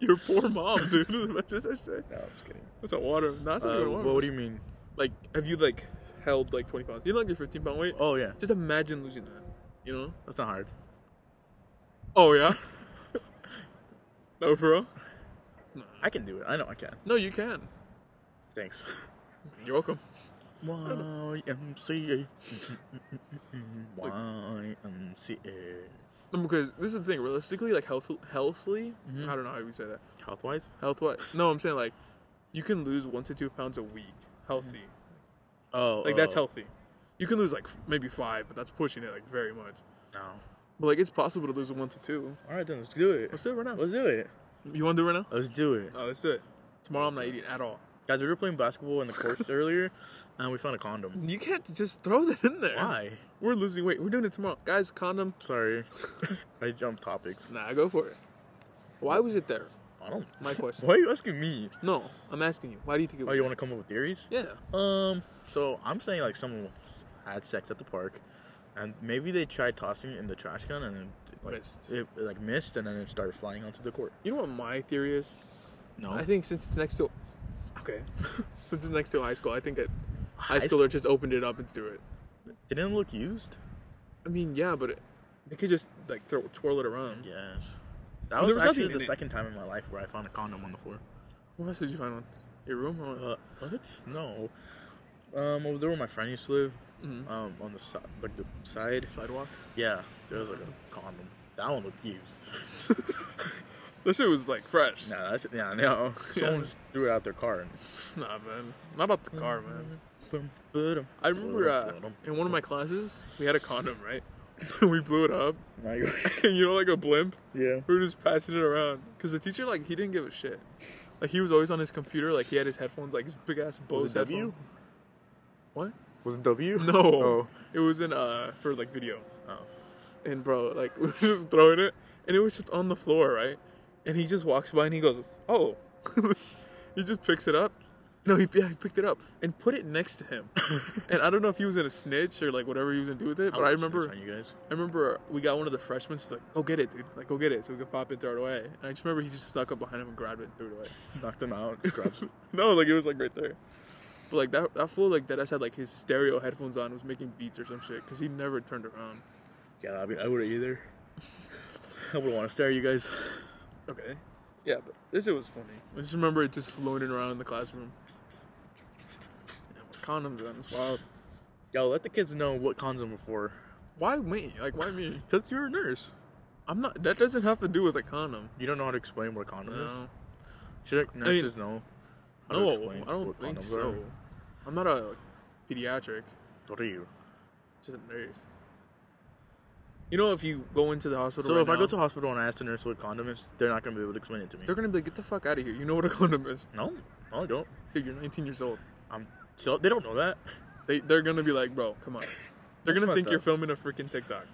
B: Your poor mom, dude. (laughs) That's that
A: No, I'm just kidding.
B: That's not water. No, that's not
A: Uh,
B: even water.
A: Um, what do you mean?
B: Like, have you like held like 20 pounds? You know, like your 15 pound weight.
A: Oh yeah,
B: Just imagine losing that. You know?
A: that's not hard. (laughs)
B: Oh yeah. no, bro.
A: I can do it. I know I can.
B: No, you can.
A: Thanks.
B: You're welcome.
A: YMCA. YMCA.
B: No, because this is the thing. Realistically, like health, healthily,
A: Mhm.
B: I don't know how you say that.
A: Health wise?
B: Health wise, no, I'm saying like, you can lose one to two pounds a week, healthy.
A: Oh.
B: Like that's healthy. You can lose like f- maybe five, but that's pushing it like very much.
A: No.
B: But like it's possible to lose one to two.
A: Alright then, let's do it.
B: Let's do it right now.
A: Let's do it.
B: You want to do it right now?
A: Let's do it.
B: Oh, let's do it. Tomorrow I'm not eating at all.
A: Guys, we were playing basketball in the courts earlier and we found a condom.
B: You can't just throw that in there.
A: Why?
B: We're losing weight. We're doing it tomorrow, guys. Condom.
A: Sorry. (laughs) I jumped topics.
B: Nah, go for it. Why was it there?
A: I don't.
B: My (laughs) question.
A: Why are you asking me?
B: No, I'm asking you. Why do you think it
A: Oh,
B: was?
A: you want to come up with theories?
B: yeah.
A: Um, so I'm saying like someone had sex at the park, and maybe they tried tossing it in the trash can and it, like
B: Missed.
A: it like missed, and then it started flying onto the court.
B: You know what my theory is?
A: No,
B: I think since it's next to, okay, (laughs) since it's next to a high school, I think that high
A: High
B: schooler just opened it up and threw it.
A: didn't it look used.
B: I mean, yeah, but it, they could just like throw twirl it around.
A: Yes, that
B: There
A: was,
B: was nothing
A: actually
B: in
A: the
B: it.
A: second time in my life where I found a condom on the floor.
B: Where else did you find one? Your room or
A: Uh, what? No. Um, over there where my friend used to live,
B: Mhm.
A: um, on the side, like the side,
B: sidewalk?
A: yeah, there was like a condom. That one looked used. (laughs)
B: This shit was like fresh.
A: nah, that's, yeah, no. Someone just threw it out their car. And,
B: (laughs) Nah, man. Not
A: Mm.
B: about the car, man. I remember uh, in one of my classes, we had a condom, right? (laughs) we blew it up, (laughs)
A: (laughs)
B: and you know, like a blimp.
A: yeah.
B: We were just passing it around because the teacher, like, he didn't give a shit. Like, he was always on his computer. Like, he had his headphones, like his big ass Bose
A: it W?
B: headphones. What?
A: Was it W?
B: No.
A: Oh.
B: It was in uh for like video.
A: Oh.
B: And bro, like (laughs) we were just throwing it and it was just on the floor, right? And he just walks by and he goes, Oh (laughs) He just picks it up. No, he, yeah, he picked it up and put it next
A: (laughs)
B: to him. and I don't know if he was in a snitch or like whatever he was gonna do with it, but
A: was
B: I remember
A: just on Oh, you guys.
B: I remember we got one of the freshmen to like, go get it, dude. Like go get it so we can pop it and throw it away. And I just remember he just snuck up behind him and grabbed it and threw it away. (laughs)
A: Knocked them (laughs) out. Scrubs.
B: No, like it was like right there. But like that, that fool like that ass had like his stereo headphones on, was making beats or some shit, because he never turned around.
A: yeah, I mean, I wouldn't either. (laughs) I wouldn't want to stare at you guys.
B: Okay. Yeah, but this shit was funny. I just remember it just floating around in the classroom. Yeah, but Condoms on, it's wild.
A: Yo, let the kids know what condoms were for.
B: Why me? Like why me?
A: Cause you're a nurse.
B: I'm not. That doesn't have to do with a condom.
A: You don't know how to explain what a condom is.
B: No.
A: Should
B: mean-
A: nurses know? how to
B: No,
A: explain
B: I don't
A: what
B: think
A: condoms
B: so.
A: are?
B: I'm not a pediatric.
A: What are you?
B: Just a nurse. You know, if you go into the hospital,
A: So
B: right
A: if I
B: now,
A: go to a hospital and I ask the nurse what condom is, they're not gonna be able to explain it to me.
B: they're gonna be like, "Get the fuck out of here!" You know what a condom is?
A: No, no, I don't.
B: Dude, you're 19 years old.
A: I'm. So they don't know that.
B: They they're gonna be like, bro, come on. They're
A: That's
B: gonna think
A: messed
B: you're
A: up.
B: filming a freaking TikTok.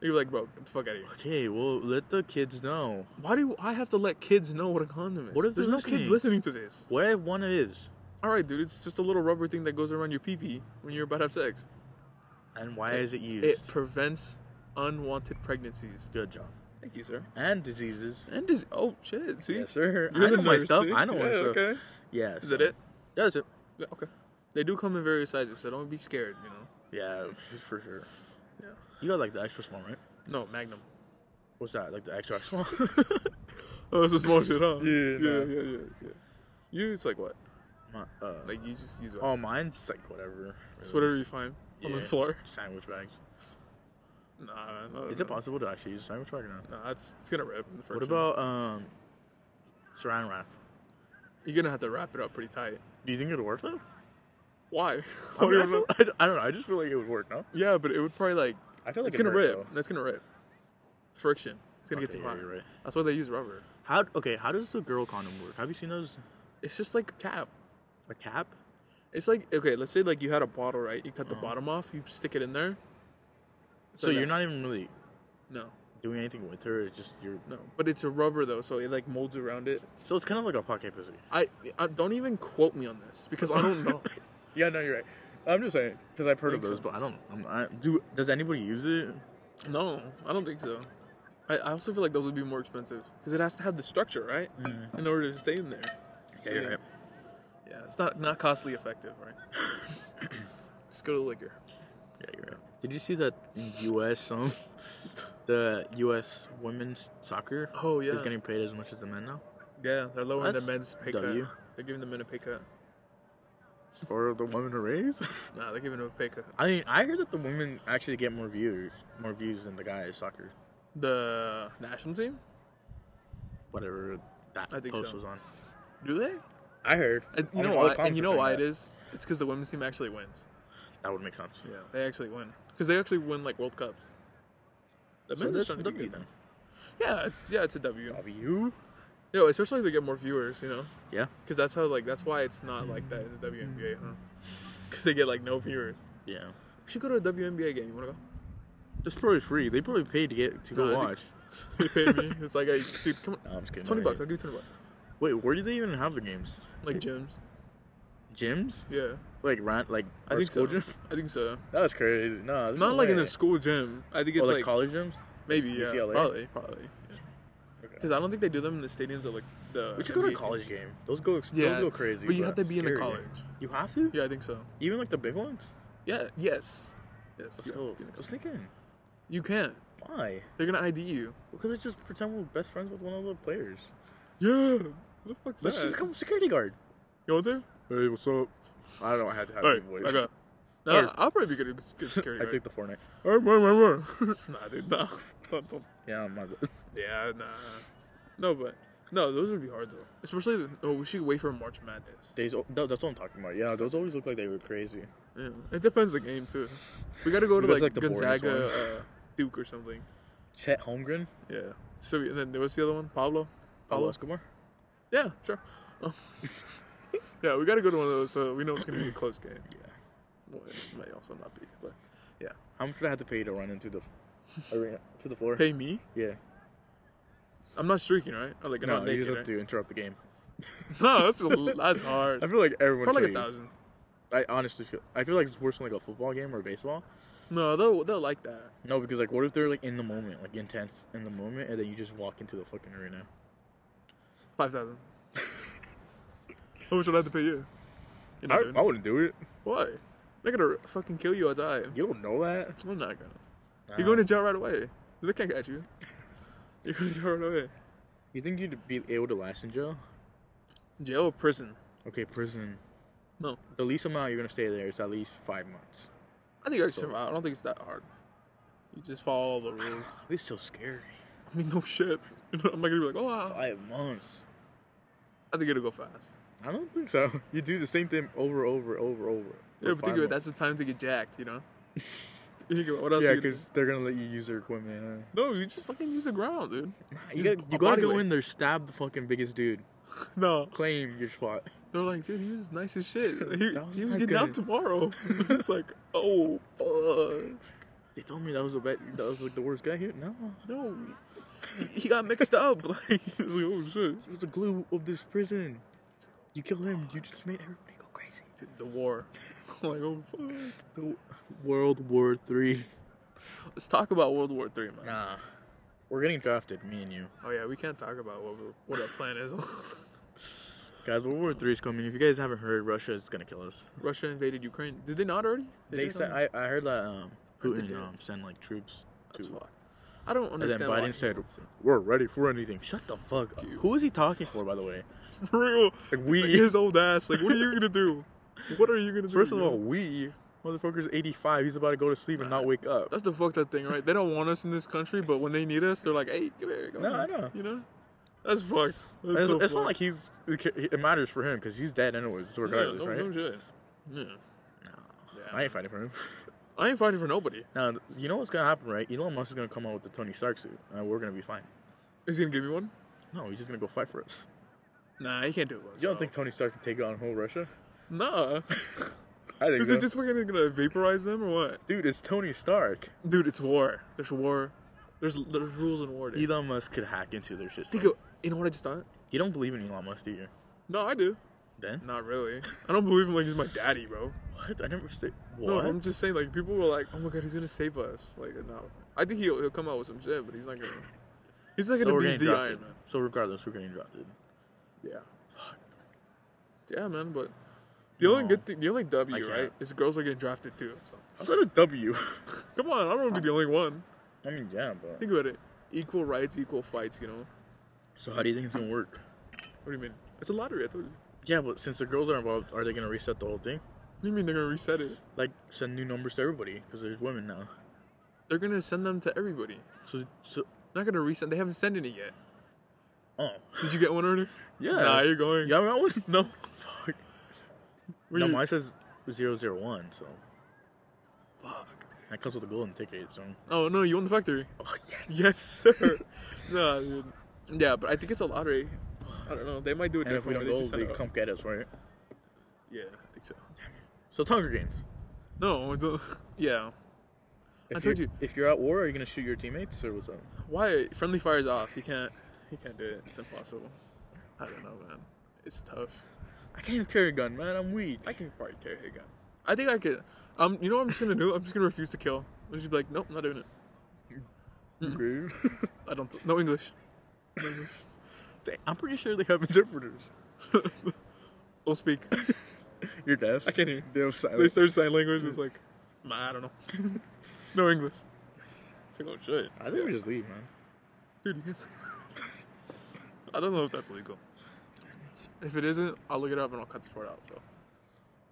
B: You're like, bro, get the fuck out of here.
A: Okay, well, let the kids know
B: Why do I have to let kids know what a condom is?
A: What if
B: there's
A: they're
B: no kids
A: listening?
B: listening to this?
A: what one is
B: All right, dude, it's just a little rubber thing that goes around your pee pee when you're about to have sex.
A: and why is it used.
B: It prevents unwanted pregnancies.
A: Good job.
B: Thank you, sir.
A: And diseases.
B: And is oh shit, see,
A: Yes, sir.
B: (laughs) You're
A: I
B: the
A: know my
B: nurse,
A: stuff.
B: see?
A: I know my
B: Yeah,
A: stuff.
B: okay.
A: Yes.
B: is that it?
A: That's it.
B: Yeah, okay. They do come in various sizes, so don't be scared. You know.
A: Yeah, for sure.
B: Yeah.
A: You got like the extra small, right?
B: No,
A: (laughs)
B: Magnum.
A: What's that? Like the extra small?
B: (laughs) Oh, it's a small shit, huh?
A: Yeah,
B: yeah,
A: nah.
B: yeah, yeah, yeah. You, it's like what?
A: my, uh,
B: Like you just use.
A: oh, mine's like whatever.
B: It's whatever you find on
A: Um, Yeah.
B: the floor.
A: Sandwich bags.
B: (laughs) Nah, man. I don't
A: Is it
B: know.
A: possible to actually use a cyber or not?
B: Nah, it's, it's gonna rip. in the first
A: What
B: one.
A: about um, saran wrap?
B: You're gonna have to wrap it up pretty tight.
A: Do you think it'd work though?
B: Why? (laughs)
A: I, mean, I,
B: Whatever.
A: feel- (laughs) I don't- I don't know. I just feel like it would work. No,
B: (laughs) yeah, but it would probably like
A: I feel like
B: it's
A: it'd
B: gonna
A: hurt,
B: rip.
A: though.
B: That's gonna rip. Friction. It's gonna
A: Okay,
B: get too
A: yeah,
B: hot.
A: you're right.
B: That's why they use rubber.
A: How okay? How does the girl condom work? Have you seen those?
B: It's just like a cap.
A: A cap?
B: It's like okay, let's say like you had a bottle, right? You cut the
A: Uh-huh.
B: bottom off, you stick it in there. It's
A: So
B: like
A: you're
B: that.
A: not even really
B: No,
A: doing anything with her. It's just you're.
B: no. But it's a rubber though, so it like molds around it.
A: So it's kind of like a pocket pussy.
B: I, I don't even quote me on this because I
A: (laughs)
B: don't know.
A: Yeah, no, you're right. I'm just saying because I've heard of
B: Think
A: those,
B: so.
A: but I don't. I'm, I do. Does anybody use it?
B: no, I don't think so. I, I also feel like those would be more expensive because it has to have the structure, right? In order to stay in there. So,
A: Mm-hmm. Yeah, you're right.
B: Yeah, it's not not costly effective, right?
A: (coughs)
B: Let's go to liquor.
A: Yeah, you're right. Did you see that in U.S. Um, (laughs) the U.S. women's soccer
B: Oh yeah,
A: is getting paid as much as the men now,
B: yeah. They're lowering the
A: That's
B: men's pay cut.
A: W.
B: They're giving the men a pay cut.
A: or the women a raise?
B: Nah, they're giving them a pay cut.
A: (laughs) I mean, I heard that the women actually get more views, more views than the guys soccer,
B: The national team?
A: whatever that
B: I think
A: post
B: so.
A: was on.
B: Do they?
A: I heard.
B: And
A: I
B: you know
A: mean, all the
B: why? And
A: comments are
B: you know
A: saying
B: why
A: that.
B: it is? It's because the women's team actually wins.
A: That would make sense.
B: Yeah, they actually win because they actually win like World Cups. The
A: So
B: men's are
A: that's
B: starting to
A: W
B: get-
A: then.
B: Yeah, it's yeah, it's a W.
A: W.
B: Yo, especially if they get more viewers, you know,
A: Yeah.
B: because that's how like that's why it's not like that in the WNBA, huh? (laughs) Because they get like no viewers.
A: Yeah.
B: We should go to a WNBA game. You (laughs) wanna go?
A: That's probably free. They probably paid to get to go
B: No, I
A: watch.
B: think- They pay me. It's like, hey, dude, come on.
A: No, I'm just kidding.
B: It's 20
A: no,
B: bucks. I'll give you 20 bucks.
A: Wait, where do they even have the games?
B: Like gyms.
A: Gyms?
B: Yeah.
A: Like rant? Like
B: I
A: our
B: think
A: school
B: so.
A: gym? (laughs)
B: I think so.
A: That's crazy. No, there's
B: Not
A: no
B: like in
A: way.
B: the school gym. I think
A: Or
B: it's
A: like,
B: like
A: college gyms.
B: maybe yeah.
A: UCLA?
B: Probably, probably.
A: Okay.
B: Because I don't think they do them in the stadiums of like the.
A: We should go to a
B: NBA
A: college game. Those go,
B: Yeah,
A: those go crazy.
B: But you
A: bro.
B: have to be in
A: Scary.
B: the college.
A: You have to?
B: Yeah, I think so.
A: Even like the big ones?
B: Yeah. Yes. Yes.
A: Let's
B: you have
A: go.
B: to be in the
A: Let's
B: college.
A: sneak in.
B: You can't.
A: Why?
B: They're gonna ID you.
A: Because it's just pretend we're best friends with one of the players.
B: Yeah. What the fuck's
A: Let's
B: that?
A: just become a security guard.
B: You want to?
A: Hey, what's up? I don't have to have
B: All right.
A: any voice. (laughs)
B: Okay. No,
A: Alright.
B: I'll probably be good
A: (laughs)
B: at good security.
A: I
B: guard.
A: take the Fortnite.
B: (laughs) nah,
A: (laughs)
B: dude. Nah. Don't- don't-
A: Yeah, I'm not.
B: Yeah, nah. No, but no, those would be hard though. Especially, the, oh, we should wait for March Madness.
A: (laughs) They, no, that's what I'm talking about. Yeah, those always look like they were crazy.
B: Yeah, it depends the game too. We gotta go to
A: That's, like,
B: like,
A: the boringest
B: Gonzaga,
A: one.
B: uh, Duke or something.
A: Chet Holmgren,
B: Yeah. So and then what's the other one? Pablo.
A: Pablo Escobar.
B: Yeah, sure. Oh. (laughs) yeah, we gotta go to one of those. So we know it's gonna be a close game.
A: Yeah.
B: Well, it might also not be, but
A: How much did I have to pay to run into the arena to the floor?
B: pay me.
A: Yeah.
B: I'm not streaking, right? I'm like
A: No,
B: not
A: you
B: naked,
A: just
B: right?
A: have to interrupt the game.
B: (laughs) No, that's a, that's
A: (laughs)
B: hard.
A: I feel like everyone.
B: Probably like a
A: should-
B: thousand.
A: I honestly feel. I feel like it's worse than like a football game or baseball.
B: No, they'll they'll like that.
A: No, because like, what if they're like in the moment, like intense in the moment, and then you just walk into the fucking arena?
B: Five
A: (laughs)
B: thousand. How much would I have to pay you? You're not
A: I,
B: doing
A: I
B: it.
A: wouldn't do it.
B: Why? They're gonna fucking kill you as I am.
A: You don't know that.
B: I'm not gonna.
A: Nah.
B: You're going to jail right away. They can't catch you. (laughs) You're going to jail right away.
A: You think you'd be able to last in jail?
B: Jail or prison?
A: Okay, prison.
B: No.
A: The least amount you're gonna stay there is at least five months.
B: I think I can
A: So-
B: survive. I don't think it's that hard. You just follow the rules.
A: This is so scary.
B: I mean, no shit. (laughs) You know, I'm not gonna be like, oh, I-
A: Five months.
B: I think it'll go fast.
A: I don't think so. (laughs) You do the same thing over, over, over, over.
B: Yeah,
A: for
B: but think
A: five
B: of it.
A: months.
B: That's the time to get jacked, (laughs) you know. think about what else?
A: yeah,
B: you
A: because they're gonna let you use their equipment.
B: no, you just fucking use the ground, dude. (laughs)
A: Huh?
B: Use
A: You, gotta,
B: b-
A: you
B: body
A: gotta go
B: weight.
A: in there, stab the fucking biggest dude,
B: No,
A: claim your spot.
B: they're like, dude, he was nice as shit. He,
A: That was
B: he was
A: my
B: getting
A: guy.
B: out (laughs) tomorrow. it's like, oh, fuck.
A: They told me that was the bet. That was like the worst guy here. No,
B: no, he got mixed up. (laughs) Like, it's like, oh shit.
A: it was the glue of this prison. You kill him, you just made everybody go crazy.
B: the war. (laughs) like, oh, fuck.
A: The World War Three.
B: Let's talk about World War Three, man.
A: Nah, we're getting drafted, me and you.
B: Oh yeah, we can't talk about what we're, what our plan is. (laughs)
A: Guys, World War Three is coming. If you guys haven't heard, Russia is gonna kill us.
B: Russia invaded Ukraine. Did they not already?
A: They
B: did
A: sent.
B: already?
A: I, I heard that um,
B: I heard they
A: Putin
B: did.
A: um, sent like troops.
B: That's
A: to-
B: fucked. I don't
A: And then
B: understand. why
A: Biden
B: he
A: said,
B: wants to-
A: "We're ready for anything." Shut the fuck up.
B: Dude.
A: Who is he talking for, by the way?
B: (laughs) "For real,
A: Like
B: like,
A: we.
B: his old ass. Like, what are you gonna do? What are you gonna do?"
A: First of
B: you know?
A: all, we Motherfucker's 85. He's about to go to sleep and not wake up.
B: That's the fucked up thing, right? They don't want us in this country, but when they need us, they're like, "Hey, come here." Come
A: No,
B: here.
A: I know.
B: You know, that's fucked. That's
A: And It's,
B: so
A: it's not
B: fucked.
A: like he's. It matters for him because he's dead anyways, so regardless,
B: yeah, no,
A: right?
B: No shit. Yeah.
A: I ain't fighting for him. (laughs)
B: I ain't fighting for nobody.
A: Now, th- you know what's gonna happen, right? Elon Musk is gonna come out with the Tony Stark suit, and we're gonna be fine.
B: He's gonna give me one.
A: No, he's just gonna go fight for us.
B: Nah, he can't do it. by
A: You don't
B: himself.
A: think Tony Stark can take on whole Russia?
B: Nah.
A: I think
B: Is
A: so.
B: it just fucking gonna vaporize them or what?
A: Dude, it's Tony Stark.
B: Dude, it's war. There's war. There's there's rules in war. Dude.
A: Elon Musk could hack into their system.
B: Think of you know what I just thought?
A: you don't believe in Elon Musk, do you?
B: No, I do.
A: Then
B: Not really. I don't believe him like he's my daddy, bro.
A: what? I never said
B: No,
A: what.
B: I'm just saying like people were like, oh my god, he's gonna save us. Like no, I think he'll, he'll come out with some shit, but he's not gonna. He's not
A: so
B: gonna
A: we're
B: be
A: getting
B: the
A: drafted.
B: Iron Man.
A: So regardless, we're getting drafted.
B: Yeah.
A: Fuck.
B: Yeah, man. But the only
A: No.
B: good thing, the only
A: I
B: W,
A: can't.
B: right, is girls are getting drafted too. So.
A: I said a W. (laughs)
B: Come on, I don't want to be the only one.
A: I mean, yeah, but
B: Think about it. Equal rights, equal fights. You know. What
A: so how do you think it's gonna work?
B: do you mean? It's a lottery. I told you.
A: Yeah, but since the girls are involved, are they gonna reset the whole thing?
B: What do you mean they're gonna reset it?
A: Like send new numbers to everybody because there's women now.
B: They're gonna send them to everybody.
A: So, so
B: Not gonna resend. They haven't sent any yet.
A: oh (laughs)
B: Did you get one already?
A: yeah.
B: Nah, you're going.
A: Yeah, I got (laughs) one. No, fuck.
B: Were
A: no,
B: you-
A: mine says 001, so
B: Fuck.
A: that comes with a golden ticket. So
B: Oh no, you won the factory.
A: oh yes,
B: Yes, sir. (laughs) nah, dude. Yeah, but I think it's a lottery. I don't know. They might do it
A: And if we
B: differently.
A: don't go,
B: They just
A: they
B: send it out.
A: come get us, right?
B: Yeah, I think so.
A: So Hunger Games.
B: No, I don't- (laughs) yeah.
A: If
B: I told
A: you're-
B: you.
A: If you're at war, are you gonna shoot your teammates or what's up?
B: Why friendly fire's off? You can't. You can't do it. It's impossible. I don't know, man. It's tough.
A: I can't even carry a gun, man. I'm weak.
B: I can probably carry a gun. I think I could. Um, you know what I'm just gonna do? I'm just gonna refuse to kill. I'm just be like, nope, I'm not doing it.
A: Okay. (laughs)
B: I don't. Th- no English. (laughs) No English.
A: They- I'm pretty sure they have (laughs) interpreters.
B: I'll speak.
A: You're deaf.
B: I can't hear.
A: They have
B: (laughs) They
A: silence.
B: started sign language. It's like, "Nah, I (laughs) don't know. no English. It's like, oh shit,
A: I think we just leave, man.
B: dude. You guys. (laughs) I don't know if that's legal. If it isn't, I'll look it up and I'll cut this part out. So.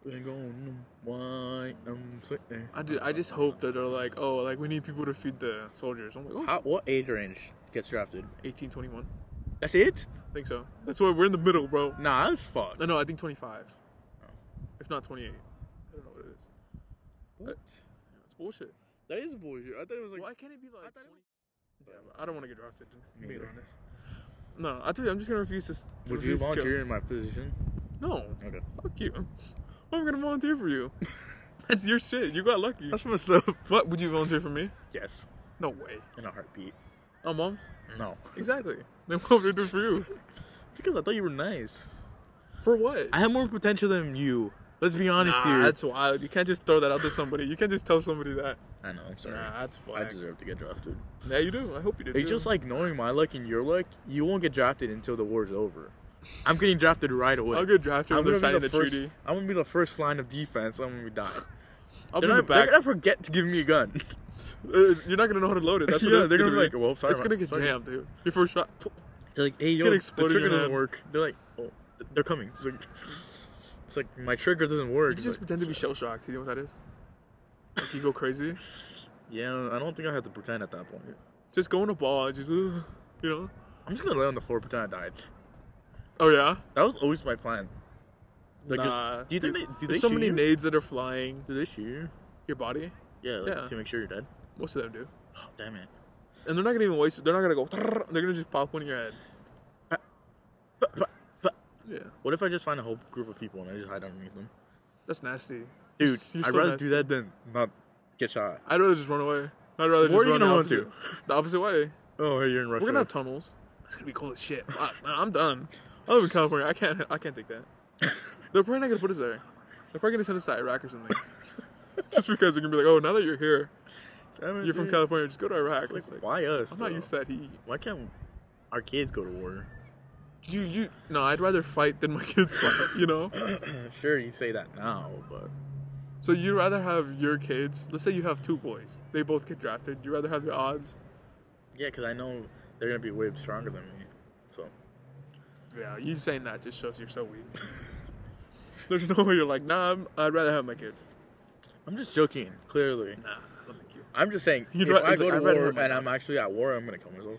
A: We're going white. I'm sitting.
B: I, do, I just hope that they're like, oh, like we need people to feed the soldiers. I'm like, oh,
A: How, what age range gets drafted?
B: 18, 21.
A: That's it?
B: I think so. That's why we're in the middle, bro.
A: Nah, that's fuck.
B: No, no, I think 25.
A: Oh.
B: If not 28. I don't know what it is. Uh,
A: What?
B: Yeah, It's bullshit.
A: That is bullshit. I thought it was
B: Why can't it be like
A: I thought it
B: 20? Yeah, but I don't want to get drafted, to be
A: Me either.
B: honest. No, I told you, I'm just going to refuse to. s- to
A: Would you
B: refuse to kill.
A: volunteer in my position?
B: No.
A: Okay.
B: Fuck you. I'm going to volunteer
A: (laughs)
B: for you. That's your shit. You got lucky.
A: That's messed up.
B: What? Would you volunteer for me?
A: (laughs) Yes.
B: No way.
A: In a heartbeat.
B: Oh, mom's?
A: No.
B: Exactly. Then what would I do
A: (laughs)
B: for you?
A: Because I thought you were nice.
B: For what?
A: I have more potential than you. Let's be honest
B: Nah,
A: here.
B: that's wild. You can't just throw that out to somebody. You can't just tell somebody that.
A: I know. I'm sorry.
B: Nah, that's
A: I
B: fine.
A: deserve to get drafted.
B: Yeah, you do. I hope you do.
A: It's
B: too.
A: just like knowing my luck and your luck. You won't get drafted until the war's over. I'm getting drafted right away.
B: I'll get drafted
A: I'm
B: when they're
A: gonna be
B: signing
A: the
B: the,
A: first.
B: treaty.
A: I'm gonna be the first line of defense. I'm gonna be
B: (laughs)
A: die.
B: I'll be
A: They're,
B: in the
A: not, they're
B: back.
A: gonna forget to give me a
B: (laughs)
A: gun.
B: Uh, You're not gonna know how to load it. (laughs) That's what
A: Yeah,
B: it's
A: they're
B: gonna,
A: gonna be
B: be
A: like, "Well, sorry
B: it's
A: about-
B: gonna get
A: sorry."
B: jammed, dude. Your first shot.
A: They're like, hey,
B: It's
A: yo,
B: gonna
A: the
B: explode in
A: trigger
B: your
A: doesn't
B: hand.
A: work. They're like, oh, th- they're coming. It's like, it's like, my trigger doesn't work.
B: You
A: It's
B: just
A: like,
B: pretend to be shell shocked. You know what that is? Like you go crazy.
A: Yeah, I don't think I have to pretend at that point.
B: Just go in a ball. Just uh, you know.
A: I'm just gonna lay on the floor pretend I died.
B: Oh yeah.
A: That was always my plan. Like, just-
B: nah.
A: do you think
B: Dude,
A: they do they
B: There's so
A: shoot
B: many
A: you?
B: nades that are flying
A: do they shoot you?
B: your body.
A: Yeah, like,
B: Yeah.
A: to make sure you're dead.
B: Most of them do.
A: Oh, damn it.
B: And they're not gonna even waste. They're not gonna go. (laughs) They're gonna just pop one in your head.
A: But, but, but
B: Yeah.
A: what if I just find a whole group of people and I just hide underneath them?
B: That's nasty.
A: Dude,
B: You're
A: I'd
B: so
A: rather
B: nasty.
A: do that than not get shot.
B: I'd rather just run away. I'd rather just
A: Where are you
B: run
A: gonna
B: the
A: run to?
B: opposite- The opposite way.
A: Oh, hey, you're in Russia.
B: We're gonna have tunnels. It's gonna be cold as shit. Fuck, man, I'm done. I live in California. I can't. I can't take
A: (laughs)
B: that. They're probably not gonna put us there. They're probably gonna send us to Iraq or something. (laughs) just because they're gonna be like, oh, now that you're here,
A: Damn it,
B: you're from
A: dude.
B: California, just go to Iraq.
A: It's
B: It's
A: like,
B: like,
A: why us?
B: I'm not
A: though?
B: used to that heat.
A: Why can't our kids go to war?
B: You, you. No, I'd rather fight than my (laughs) kids fight. You know.
A: Uh, sure, you say that now, but
B: So you'd rather have your kids. Let's say you have two boys. They both get drafted. You'd rather have the odds.
A: yeah, because I know they're gonna be way stronger than me. So
B: Yeah, you saying
A: (laughs)
B: that just shows you're so weak. There's no way you're like, nah. I'm, I'd rather have my kids.
A: I'm just joking. Clearly,
B: Nah, I don't think you.
A: I'm just saying.
B: You'd
A: if
B: ra-
A: I go to
B: I'd rather
A: war
B: have my
A: and I'm actually at war, I'm gonna kill myself.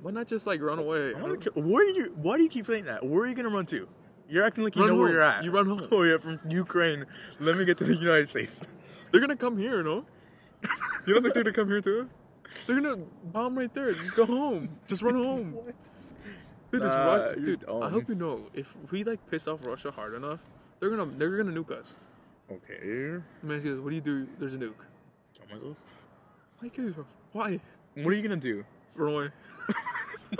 B: Why not just like run away?
A: I'm
B: I
A: gonna
B: don't-
A: kill. Where are you? Why do you keep saying that? Where are you gonna run to? You're acting like you
B: Run
A: know where
B: home.
A: you're at.
B: You run home.
A: Oh yeah, from Ukraine. Let me get to the United (laughs) States.
B: They're gonna come here, you know. You don't think they're gonna come here too? They're gonna bomb right there. Just go home. Just run home. Dude, it's
A: Nah,
B: Ru-
A: you're
B: dude I
A: dumb.
B: hope you know if we like piss off Russia hard enough, they're gonna they're gonna nuke us.
A: Okay.
B: I'm gonna ask you this, what do you do? if There's a nuke.
A: Kill myself.
B: Why kill yourself? Why?
A: What are you gonna do? (laughs)
B: Run away.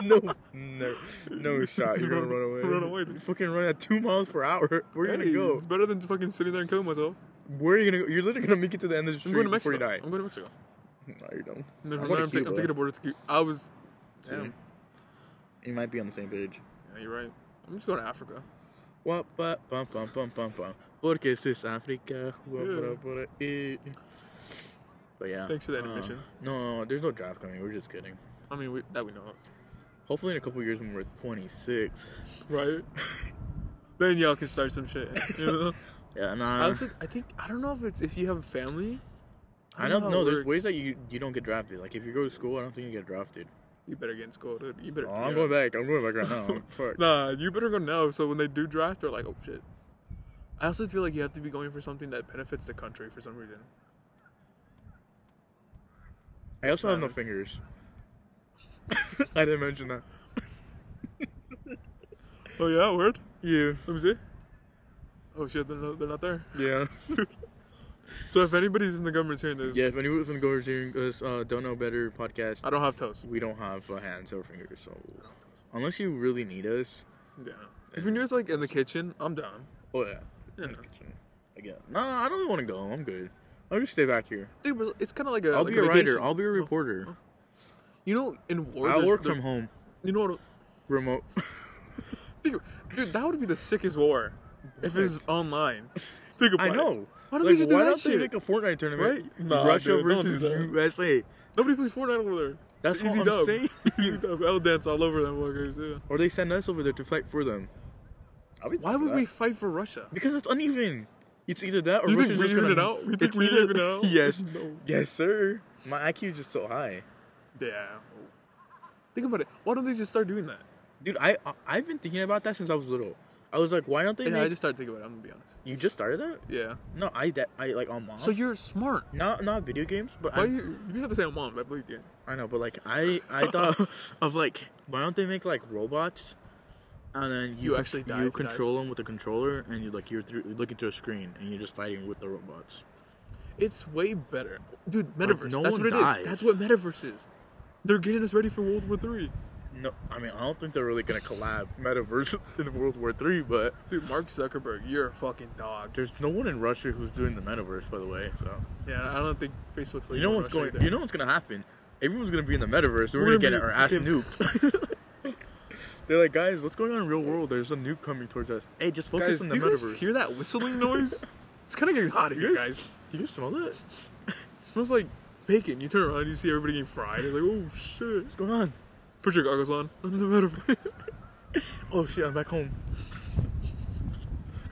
A: No, no,
B: (laughs)
A: no shot. You're gonna run away.
B: Run away.
A: You fucking run at two miles per hour. (laughs) Where are you
B: Hey,
A: gonna
B: It's better than fucking sitting there and killing myself.
A: go? Where are you gonna go? You're literally gonna make it to the end of the
B: I'm
A: street
B: going to
A: before
B: Mexico.
A: you die.
B: I'm going to Mexico.
A: No, you're dumb.
B: And then
A: I'm going
B: from there,
A: to
B: I'm, taking I'm
A: Cuba.
B: taking a border to Cuba. I was.
A: See?
B: Damn.
A: You might be on the same page.
B: Yeah, you're right. I'm just going to Africa.
A: Wap, wap, bum, bum, bum, bum, bum. Porque es es Africa. Wap,
B: Yeah.
A: wap, wap, eh. But yeah.
B: Thanks for the
A: uh,
B: animation.
A: no, no, there's no draft coming. We're just kidding.
B: I mean, we, that we know of.
A: Hopefully, in a couple years when we're 26.
B: Right? (laughs) then y'all can start some shit. (laughs)
A: (laughs)
B: You know?
A: Yeah, nah.
B: I, also, I think, I don't know if it's if you have a family.
A: I don't
B: how
A: know.
B: it
A: There's
B: works.
A: ways that you you don't get drafted. Like if you go to school, I don't think you get drafted.
B: You better get in school, dude. You better.
A: Oh, I'm going back. I'm going back right now.
B: (laughs)
A: Fuck.
B: Nah, you better go now. So when they do draft, they're like, oh shit. I also feel like you have to be going for something that benefits the country for some reason.
A: I also have no
B: Silence.
A: fingers. (laughs) I didn't mention that.
B: Oh yeah, word.
A: You.
B: Let me see. Oh shit, they're not, they're not there. (laughs)
A: Yeah.
B: So if anybody's from the government's hearing this,
A: yeah. If anyone from the Goers hearing this, uh, don't know better podcast,
B: I don't have toes.
A: we don't have uh, hands or fingers. So unless you really need us,
B: Yeah. If you knew it's like in the kitchen, I'm down.
A: oh yeah.
B: Yeah.
A: Again. Nah, I don't want to go. I'm good. I'll just stay back here.
B: Dude, but it's kind of like a.
A: I'll
B: like
A: be a
B: vacation.
A: writer. I'll be a reporter.
B: You know, in war,
A: I'll
B: there's-
A: work
B: there-
A: from home.
B: You know what?
A: Remote. (laughs)
B: Think, dude, that would be the sickest war if it was online. (laughs) Think about
A: I
B: it.
A: know.
B: Why don't
A: Like,
B: they just do
A: why
B: that
A: don't
B: shit?
A: they make a Fortnite tournament?
B: Right? Nah,
A: Russia
B: dude, don't do
A: versus
B: that.
A: USA.
B: Nobody plays Fortnite over there.
A: That's
B: It's
A: what
B: easy
A: I'm
B: dub.
A: saying.
B: Easy (laughs) dub. I'll dance all over them fuckers. Yeah.
A: Or they send us over there to fight for them. I'll be
B: Why
A: down for
B: would
A: that.
B: we fight for Russia?
A: Because it's uneven. It's either that or
B: You think
A: Russia's
B: we
A: just
B: even
A: gonna
B: it out? You think
A: it's
B: we
A: either-
B: even it
A: (laughs)
B: out?
A: Yes.
B: (laughs) No.
A: Yes, sir. My IQ is just so high,
B: Yeah. Think about it. Why don't they just start doing that?
A: dude. I, I I've been thinking about that since I was little. I was like, why don't they?
B: Yeah,
A: make-
B: I just started thinking about it. I'm gonna be honest.
A: you just started that?
B: Yeah.
A: No, I that I like on mom.
B: So you're smart.
A: not not video games, but
B: Why
A: I,
B: you, you didn't have to say I'm mom. I believe you.
A: I know, but like I I (laughs) thought of like why don't they make like robots, and then you,
B: You actually die
A: you
B: if it dies.
A: control them with a controller and you like you're through, looking through a screen and you're just fighting with the robots.
B: It's way better, dude. Metaverse.
A: no
B: That's
A: one
B: what it is.
A: dies.
B: That's what metaverse is. They're getting us ready for World War Three.
A: No, I mean I don't think they're really gonna collab metaverse (laughs) in World War Three, but
B: Dude, Mark Zuckerberg, you're a fucking dog.
A: there's no one in Russia who's doing the metaverse, by the way. So
B: Yeah, I don't think Facebook's.
A: you know
B: leaving
A: what's
B: Russia
A: going,
B: either.
A: you know what's gonna happen. Everyone's gonna be in the metaverse. We're, gonna,
B: We're
A: get our
B: gonna
A: ass
B: be
A: nuked. (laughs) They're like, guys, what's going on in real world? There's a nuke coming towards us. Hey, just focus
B: guys,
A: on
B: do
A: the
B: you
A: metaverse.
B: guys hear
A: (laughs)
B: that whistling noise? it's kind of getting hot here, guys.
A: You guys smell that?
B: It smells like bacon. You turn around, you see everybody getting fried. You're like, oh shit.
A: What's going on?
B: Put your goggles on. I'm in the metaverse. (laughs)
A: Oh shit, I'm back home.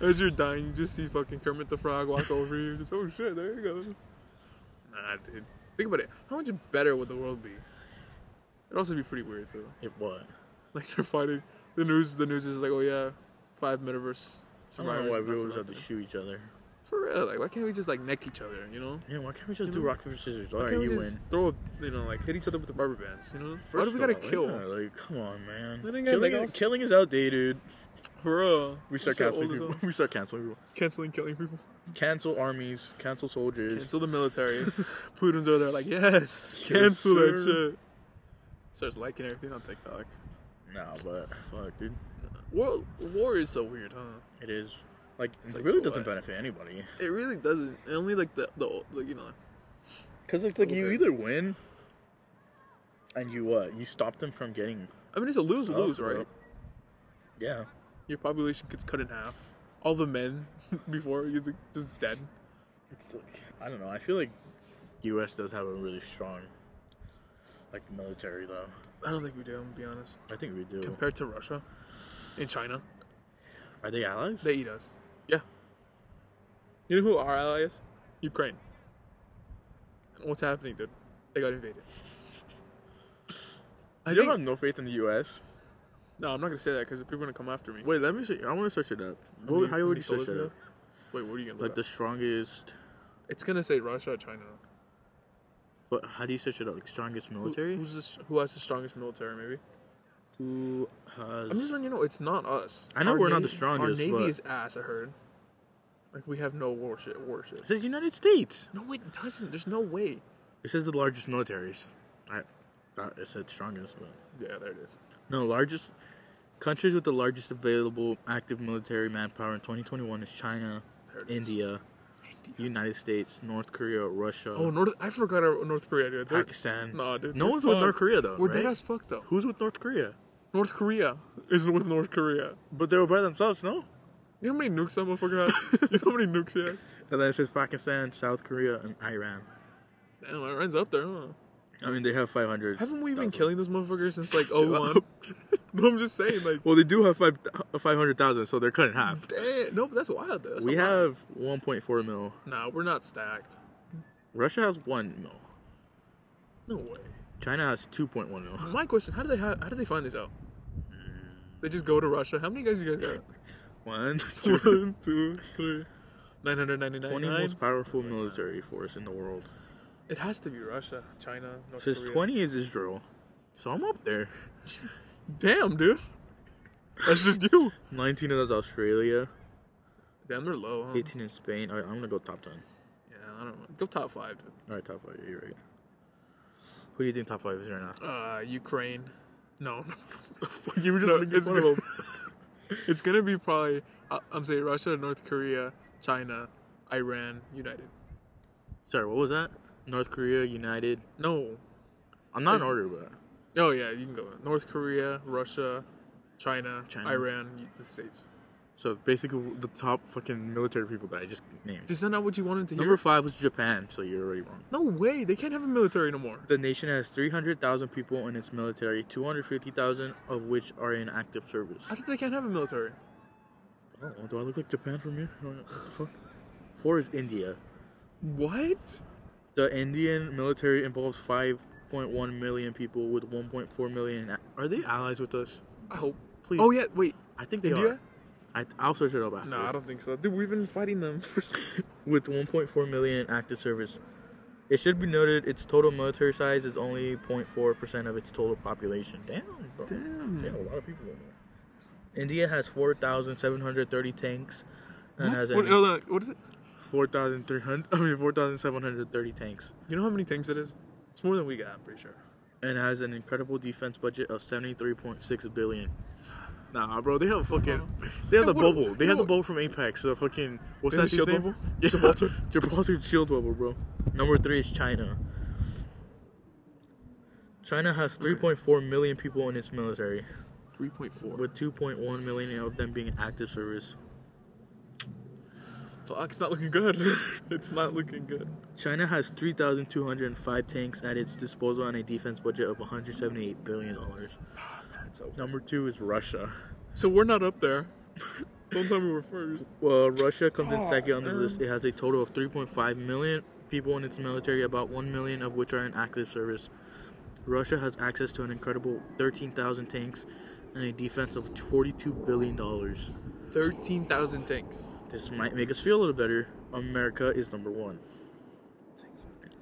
B: As you're dying, you just see fucking Kermit the Frog walk over you. Just oh shit, there you go. Nah, dude. Think about it. How much better would the world be? It'd also be pretty weird too.
A: It what?
B: Like they're fighting. The news. The news is like, oh yeah, five metaverse
A: I don't
B: survivors.
A: know why we
B: that's
A: always
B: about
A: have to
B: it.
A: shoot each other.
B: For real, like why can't we just like neck each other? You know.
A: Yeah, why can't we just
B: You
A: do
B: know?
A: rock paper scissors? All
B: Why
A: right,
B: can't
A: you
B: we
A: win.
B: just Throw, a- you know, like hit each other with the rubber bands. You know. why do we gotta
A: of all,
B: kill?
A: yeah, like, come on, man.
B: Then again,
A: Killing,
B: like, I
A: is-
B: was-
A: killing is outdated.
B: For real.
A: We start
B: That's how
A: canceling
B: old is
A: people.
B: all.
A: (laughs) We start canceling people.
B: Canceling, killing people.
A: Cancel armies. Cancel soldiers.
B: Cancel
A: (laughs)
B: the military. Putin's over there like, yes,
A: Yes,
B: cancel that
A: sir.
B: shit. Starts liking everything on TikTok.
A: No, but fuck, dude,
B: World war is so weird, huh?
A: it is. Like,
B: It's
A: it
B: like,
A: really
B: for
A: doesn't
B: what?
A: benefit anybody.
B: It really doesn't. And only like the the old- like you know.
A: Cause it's like you
B: Okay.
A: either win, and you what? You stop them from getting.
B: I mean, it's a lose lose,
A: stuff, or-
B: right?
A: Yeah.
B: Your population gets cut in half. All the men (laughs) before is like, just dead.
A: It's like, I don't know. I feel like U.S. does have a really strong, like military though.
B: I don't think we do. I'm gonna be honest.
A: I think we do.
B: Compared to Russia, and China,
A: Are they allies?
B: they eat us. Yeah. You know who our ally is? Ukraine. And what's happening, dude? They got invaded. I
A: you
B: think,
A: don't have no faith in the U.S.
B: no, I'm not gonna say that because people are gonna come after me.
A: Wait, let me. See. I want to search it up.
B: How many-
A: What, how
B: how
A: would
B: many
A: you search
B: soldiers
A: it
B: we
A: up?
B: Wait, what are you gonna look
A: Like the strongest.
B: up? It's gonna say Russia, or China.
A: But how do you search it up? Like strongest
B: Who,
A: military?
B: who's this? Who has the strongest military? Maybe.
A: Who has?
B: I'm just letting you know, it's not us.
A: I know
B: Our
A: we're not the
B: navy- Our
A: strongest,
B: navy
A: but-
B: is ass. I heard. Like we have no warship. Warship.
A: It says United States.
B: No, it doesn't. There's no way.
A: It says the largest militaries. I thought it said strongest, but
B: Yeah, there it is.
A: no, largest countries with the largest available active military manpower in 2021 is China,
B: There it is.
A: India, United States, North Korea, Russia.
B: Oh, North. I forgot our North Korea, dude. They're-
A: Pakistan.
B: Nah, dude.
A: No
B: they're
A: one's with North
B: fucked.
A: Korea though.
B: We're
A: right?
B: dead as fuck though.
A: Who's with North Korea?
B: North Korea isn't with North Korea.
A: But they were by themselves, no?
B: You know how many nukes that motherfucker
A: (laughs)
B: has? you know how many nukes he has?
A: And then it says Pakistan, South Korea, and Iran.
B: Damn, Iran's up there, huh?
A: I mean, they have 500.
B: Haven't we been
A: thousand.
B: killing those motherfuckers since (laughs) like
A: Chill
B: 01?
A: out.
B: no, I'm just saying,
A: (laughs)
B: like,
A: Well, they do have five 500,000, so they're cut in half.
B: damn. No, but that's wild, though. That's
A: We
B: not wild.
A: have 1.4 mil.
B: Nah, we're not stacked.
A: Russia has 1 mil.
B: No way.
A: China has 2.1 mil.
B: My question: How do they ha- how do they find this out? They just go to Russia. How many guys you guys got?
A: One, (laughs) two,
B: (laughs) One, two, three. Nine hundred ninety-nine.
A: 20 most powerful military force in the world.
B: It has to be Russia, China, North
A: Says
B: Korea.
A: 20 is Israel. So I'm up there.
B: Damn, dude. That's just you.
A: 19 is Australia.
B: Damn, they're low. Huh?
A: 18 is Spain. All right, I'm going to go top 10.
B: Yeah, I don't know. Go top five. Dude.
A: All right, top 5. You're right. Who do you think top 5 is right now?
B: Uh, Ukraine. No, (laughs)
A: you were
B: No, it's
A: of
B: good. (laughs) it's gonna be probably uh, I'm saying Russia, North Korea, China, Iran, United.
A: Sorry, what was that? North Korea, United.
B: No.
A: I'm not in
B: Is-
A: order, but
B: Oh yeah, you can go. North Korea, Russia, China,
A: China.
B: Iran, the States.
A: so basically the top fucking military people that I just named.
B: Is that not what you wanted to hear?
A: Number five was Japan, so you're already wrong.
B: no way. They can't have a military no more.
A: The nation has 300,000 people in its military, 250,000 of which are in active service.
B: How did they can't have a military?
A: Oh, do I look like Japan from here? What the fuck? Four is India.
B: What?
A: The Indian military involves 5.1 million people with 1.4 million. a- Are they allies with us?
B: I hope.
A: Please.
B: Oh yeah. Wait.
A: I think they
B: India?
A: are. I, I'll search it up after.
B: No, I don't think so. Dude, we've been fighting them (laughs) for. so-
A: (laughs) with 1.4 million in active service. It should be noted its total military size is only 0.4% of its total population. Damn, bro.
B: Damn.
A: They have a lot of people in there. India has 4,730 tanks and
B: What?
A: has
B: What,
A: an-
B: hold on, what is it?
A: 4,300 (laughs) I mean 4,730 tanks
B: You know how many things it is? It's more than we got. I'm pretty sure.
A: and has an incredible defense budget of 73.6 billion. Nah, bro, they have fucking they have the
B: Hey, what-
A: bubble. They have the
B: what-
A: bubble from Apex. The fucking what's
B: They
A: that
B: have
A: dude's
B: the shield
A: name?
B: bubble?
A: (laughs) Yeah,
B: Gibraltar?
A: Gibraltar's shield bubble, bro. Number three is China. China has 3.4 million people in its military,
B: Three point four.
A: with 2.1 million of them being in active service.
B: Fuck, it's not looking good. (laughs) it's not looking good.
A: China has 3,205 tanks at its disposal and a defense budget of 178 billion dollars. Number two is Russia.
B: So we're not up there. (laughs) Don't tell me we're first.
A: Well, Russia comes in second on the list. It has a total of 3.5 million people in its military, about 1 million of which are in active service. Russia has access to an incredible 13,000 tanks and a defense of 42 billion dollars.
B: Thirteen thousand tanks.
A: This might make us feel a little better. America is number one.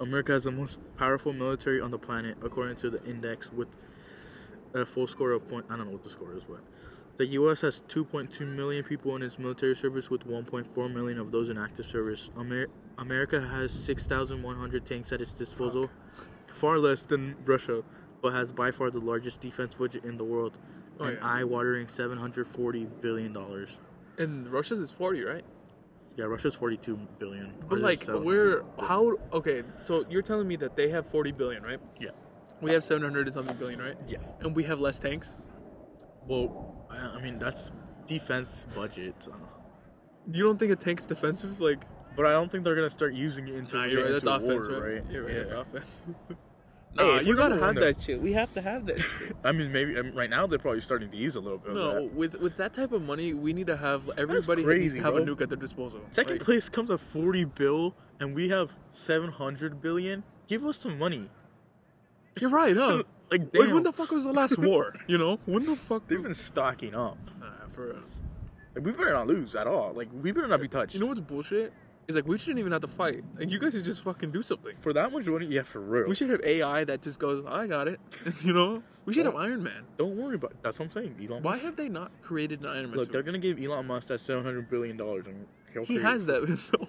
A: America has the most powerful military on the planet, according to the index, with a full score of point. I don't know what the score is, but the U.S. has 2.2 million people in its military service, with 1.4 million of those in active service. Amer- America has 6,100 tanks at its disposal, far less than Russia, but has by far the largest defense budget in the world,
B: Oh,
A: an
B: yeah.
A: eye-watering 740 billion dollars.
B: And Russia's is forty, right?
A: Yeah, Russia's 42 billion.
B: But
A: Ours is
B: like,
A: 700
B: we're
A: billion.
B: how? Okay, so you're telling me that they have forty billion, right?
A: Yeah.
B: We have seven hundred and something billion, right?
A: Yeah.
B: And we have less tanks.
A: Well, I, I mean that's defense budget. uh,
B: You don't think a tank's defensive? Like,
A: but I don't think they're gonna start using it until
B: nah,
A: we
B: you're
A: get
B: right. That's
A: into a
B: offense,
A: war,
B: right? You're right.
A: Yeah.
B: That's offense. (laughs) nah,
A: if
B: you
A: we're
B: gotta
A: number
B: have
A: one,
B: that shit. We have to have that. (laughs) shit.
A: I mean, maybe I mean, right now they're probably starting to use a little bit. of
B: no,
A: that.
B: with with that type of money, we need to have everybody needs
A: crazy,
B: to have a
A: bro.
B: nuke at their disposal.
A: Second
B: Like,
A: place comes a 40 bill and we have 700 billion, give us some money.
B: You're right, huh?
A: (laughs) Like,
B: Wait,
A: damn.
B: when the fuck was the last war? You know, when the fuck?
A: They've been stocking up.
B: Nah, for real.
A: Like, we better not lose at all. Like, we better not be touched.
B: You know what's bullshit? It's like we shouldn't even have to fight. Like you guys should just fucking do something.
A: For that much money, yeah, for real.
B: We should have AI that just goes, I got it. (laughs) you know? We should have Iron Man.
A: Don't worry about. That's what I'm saying. Elon.
B: Why
A: Musk-
B: have they not created an Iron Man?
A: Look, they're
B: suit?
A: gonna give Elon Musk that 700 billion dollars, and he'll
B: He
A: create-
B: has
A: (laughs)
B: that (laughs) himself.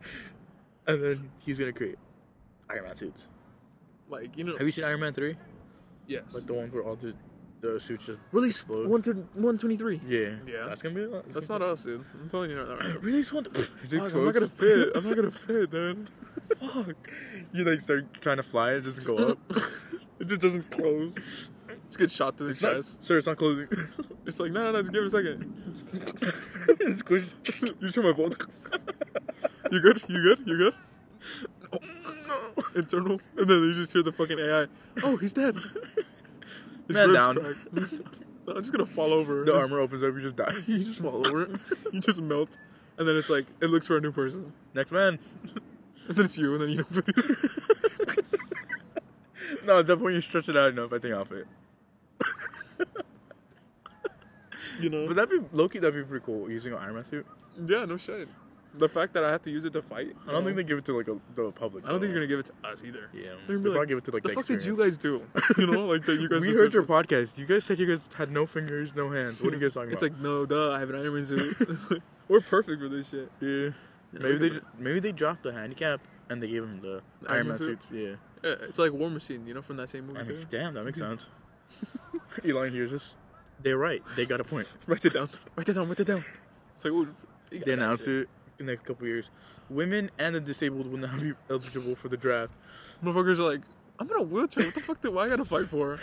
A: (coughs) and then he's gonna create Iron Man suits.
B: like, you know.
A: Have you seen Iron Man three?
B: yes.
A: Like the one where all the the suits just
B: Release
A: Explode.
B: 123.
A: yeah
B: Yeah.
A: That's gonna be. That's,
B: That's not us, dude. I'm telling you.
A: (laughs)
B: Not right.
A: Release one.
B: Fuck, I'm not gonna fit. I'm not gonna fit, dude. Fuck.
A: (laughs) You like start trying to fly and just
B: (laughs)
A: go up.
B: it just doesn't close. It's a good shot to the
A: It's not,
B: chest.
A: sir, it's not closing. (laughs)
B: It's like, no, no, no, just give it a second. (laughs)
A: it's squished.
B: You see my phone? (laughs) You good? You good? You good? Internal. And then you just hear the fucking AI. Oh, he's dead. His
A: Man
B: ribs
A: down.
B: cracked. (laughs) No, I'm just gonna fall over.
A: The
B: It's- (laughs)
A: armor opens up. You just die. (laughs) You just fall over.
B: You just melt. And then it's like, it looks for a new person.
A: Next man. (laughs)
B: And then it's you, and then you don't.
A: No, at that point you stretch it out enough. I think I'll fit.
B: (laughs) you know?
A: But that'd be Loki. That'd be pretty cool using an Iron Man suit.
B: yeah, no shit. The fact that I have to use it to fight.
A: I don't think they give it to like a, the public.
B: I don't think
A: though.
B: you're gonna give it to us either.
A: Yeah,
B: They're gonna
A: they
B: be like,
A: probably give it to, like,
B: the
A: the
B: fuck did you guys do? (laughs) You know, like that you guys.
A: we
B: just-
A: heard your podcast. You guys said you guys had no fingers, no hands. What are you guys (laughs) talking
B: It's
A: about?
B: like no, duh. I have an Iron
A: (laughs)
B: Man suit. (laughs) We're perfect for this shit.
A: yeah.
B: we
A: maybe they
B: can-
A: ju- maybe they dropped the handicap and they gave him the
B: The
A: Iron
B: Iron Man
A: Man
B: suit?
A: suits. Yeah.
B: Yeah, It's like War Machine, you know, from that same movie
A: I
B: too.
A: mean, damn, that makes (laughs) sense. Elon hears this. They're right. They got a (laughs) point.
B: Write it down. Write that down. Write that down. It's like ooh, you got
A: They
B: that
A: announced
B: shit.
A: it in the next couple years. Women and the disabled will now be eligible for the draft.
B: Motherfuckers are like, I'm in a wheelchair. What the fuck do I gotta fight for?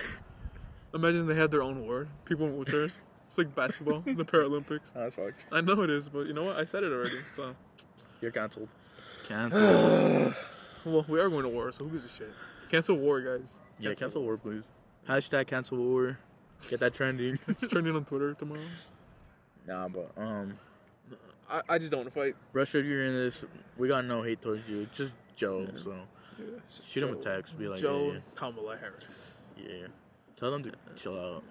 B: Imagine they had their own war. People in wheelchairs. It's like basketball, the Paralympics.
A: Ah, That's fucked.
B: I know it is, but you know what? I said it already. So,
A: You're canceled. (gasps) Cancel.
B: well, we are going to war, so who gives a shit? Cancel war, guys.
A: yeah, cancel war, please. Hashtag cancel war. Get that trending.
B: It's trending on Twitter tomorrow.
A: (laughs) nah, but um.
B: I, I just don't want to fight.
A: Russia, if you're in this, we got no hate towards you. It's just Joe, so shoot him a text. Be like,
B: Joe
A: yeah,
B: Kamala Harris.
A: yeah, yeah. Tell them to chill out.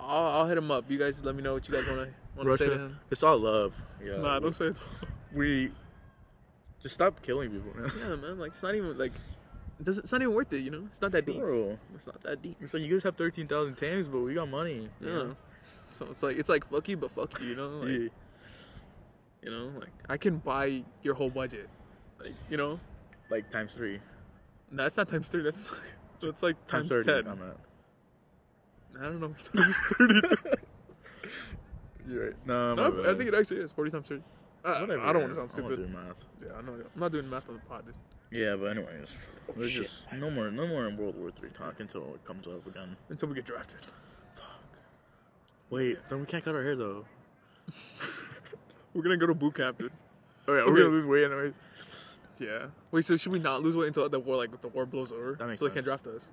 B: I'll, I'll hit him up. You guys let me know what you guys want to say to
A: Russia,
B: him.
A: it's all love. Yeah,
B: Nah,
A: we,
B: don't say it. (laughs)
A: we just stop killing people. man. (laughs)
B: yeah, man. Like it's not even like it doesn't, it's not even worth it. You know, it's not that deep.
A: Bro,
B: It's not that deep.
A: it's like you guys have thirteen thousand tanks, but we got money. you
B: Yeah.
A: know?
B: So it's like it's like fuck you, but fuck you. You know, like,
A: yeah.
B: you know, like I can buy your whole budget. Like you know,
A: like times three,
B: no, that's not times three. That's (laughs) like, that's like
A: times,
B: times,
A: thirty.
B: ten.
A: I'm at.
B: I don't know. (laughs) if (laughs) Times thirty.
A: (laughs) You're right. No, my
B: no, I
A: bad.
B: think it actually is forty times thirty. I, I
A: Whatever.
B: don't want to sound
A: I don't
B: stupid.
A: do math.
B: Yeah, I know. I'm not doing math on the pod. Dude.
A: Yeah, but anyways, there's
B: shit.
A: just no more, no more in World War Three talk until it comes up again.
B: Until we get drafted.
A: Wait, then we can't cut our hair though.
B: We're gonna go to boot camp, dude.
A: All right,
B: we're gonna
A: lose weight anyways.
B: Yeah. Wait, so should we not lose weight until the war, like the war blows over?
A: That makes
B: so they can't
A: sense.
B: draft us.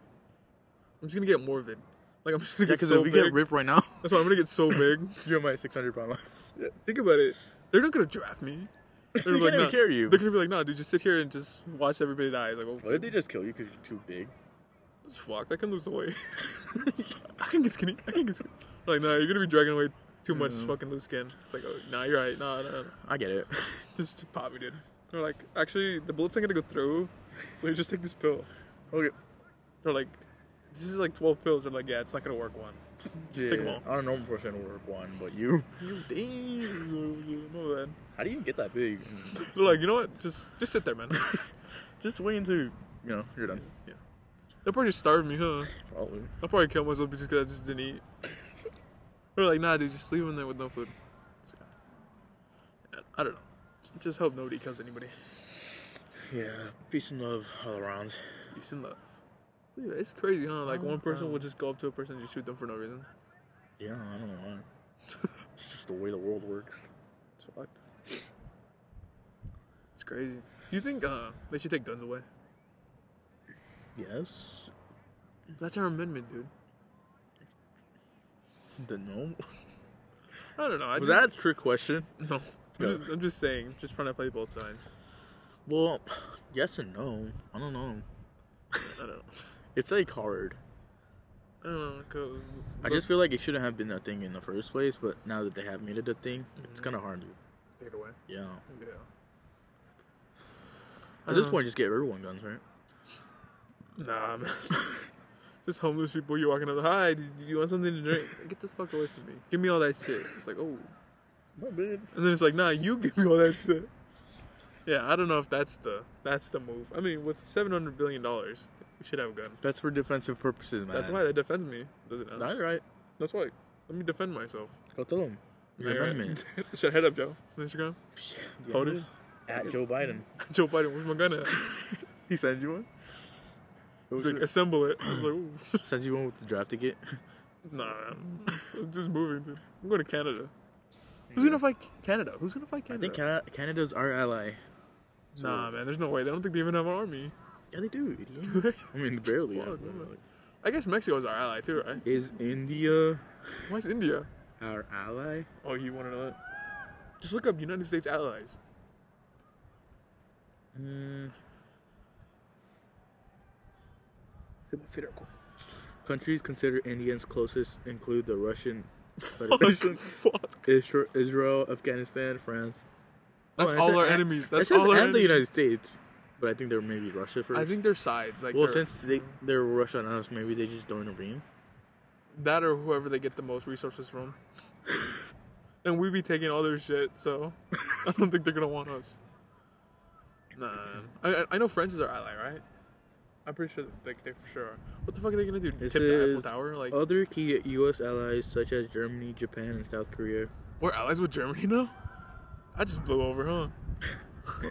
B: I'm just gonna get morbid. Like I'm just gonna
A: Yeah,
B: get
A: because
B: so
A: if we
B: big.
A: get ripped right now,
B: That's why I'm gonna get so big.
A: (laughs) you're my 600 pound life.
B: Think about it. They're not gonna
A: (laughs)
B: draft me. They're
A: They
B: gonna be
A: can't even
B: "Nah."
A: carry you.
B: They're gonna be like, nah, dude, just sit here and just watch everybody die. Like, well,
A: What if they just kill you because you're too big?
B: it's fucked. I can lose
A: (laughs)
B: the weight. I can get skinny. I can get skinny. Like, nah, you're gonna be dragging away too much
A: Mm-hmm.
B: fucking loose skin. It's like, oh, nah, you're right. Nah, nah, nah.
A: I get it.
B: Just pop me, dude. They're like, actually, the bullet's not gonna go through, so you just take this pill.
A: Okay.
B: They're like, this is like 12 pills. They're like, yeah, it's not gonna work one. (laughs) Just take them all.
A: I don't know if percent will work one, but you.
B: You damn. My bad.
A: How do you get that big?
B: They're like, you know what? Just just sit there, man.
A: (laughs)
B: (laughs)
A: just wait until, you know, you're done.
B: yeah. They'll probably starve me, huh?
A: Probably.
B: I'll probably kill myself just because I just didn't eat. They're like, nah, dude, just leave him there with no food. I don't know. Just hope nobody kills anybody.
A: Yeah. Peace and love all around.
B: Peace and love. Dude, it's crazy, huh? Like, one person
A: Um,
B: will just go up to a person and just shoot them for no reason.
A: Yeah, I don't know (laughs) why. it's just the way the world works.
B: It's fucked. It's crazy. Do you think uh, they should take guns away?
A: Yes.
B: That's our amendment, dude.
A: The no.
B: I don't know. I
A: Was
B: just-
A: that a trick question?
B: No. I'm just, I'm just saying, just trying to play both sides.
A: Well, yes and no. I don't know.
B: I don't know.
A: It's like hard.
B: I don't know. 'cause
A: I just feel like it shouldn't have been a thing in the first place, but now that they have made it a thing, it's
B: Mhm.
A: kind of hard to.
B: take it away.
A: Yeah.
B: Yeah. Uh,
A: At this point, just get everyone guns, right?
B: Nah, man. (laughs) Just homeless people, you walking up, hi, do do you want something to drink? Get the fuck away from me. Give me all that shit. It's like, oh.
A: My bad.
B: And then it's like, nah, you give me all that shit. Yeah, I don't know if that's the that's the move. I mean, with seven hundred billion dollars, we should have a gun.
A: That's for defensive purposes, man.
B: That's why that defends me, doesn't it?
A: That's right.
B: That's why. Let me defend myself.
A: Go tell them. Your (laughs)
B: Alright.
A: amendment.
B: (laughs) Shut head up, Joe. Instagram. (laughs) POTUS.
A: At Joe Biden.
B: Joe Biden, where's my gun (laughs) at?
A: He sends you one.
B: He's like, assemble it. I was like, ooh. (laughs)
A: (laughs) sends you one with the draft ticket. (laughs)
B: Nah, (laughs) I'm just moving, dude. I'm going to Canada. Who's gonna fight Canada? Who's gonna fight
A: I
B: Canada?
A: think Ca- Canada's our ally.
B: Nah, man, there's no way. They don't think they even have an army. (laughs)
A: Yeah, they do. idiot. I mean, barely.
B: Fuck,
A: yeah.
B: man. I guess Mexico's our ally too, right?
A: Is India
B: Why is India?
A: our ally?
B: Oh, you want to know that? Just look up United States allies.
A: Mm. Countries considered Indians closest include the
B: (laughs)
A: Russian Federation,
B: fuck.
A: Isra- Israel, Afghanistan, France.
B: That's
A: Oh, it
B: all
A: says
B: our
A: and-
B: enemies.
A: it
B: That's
A: says
B: all our
A: and the
B: enemies.
A: United States, but I think they're maybe Russia first.
B: I think their side, like
A: well,
B: their-
A: since they they're Russia on us, maybe they just don't intervene.
B: that or whoever they get the most resources from, (laughs) and we be taking all their shit. So (laughs) I don't think they're gonna want us. Nah, I, I- I know France is our ally, right? I'm pretty sure that they, they for sure are. What the fuck are they gonna do?
A: This
B: Tip the Eiffel
A: is-
B: Tower? Like
A: Other key U.S. allies such as Germany, Japan, and South Korea.
B: We're allies with Germany now? I just blew over, huh?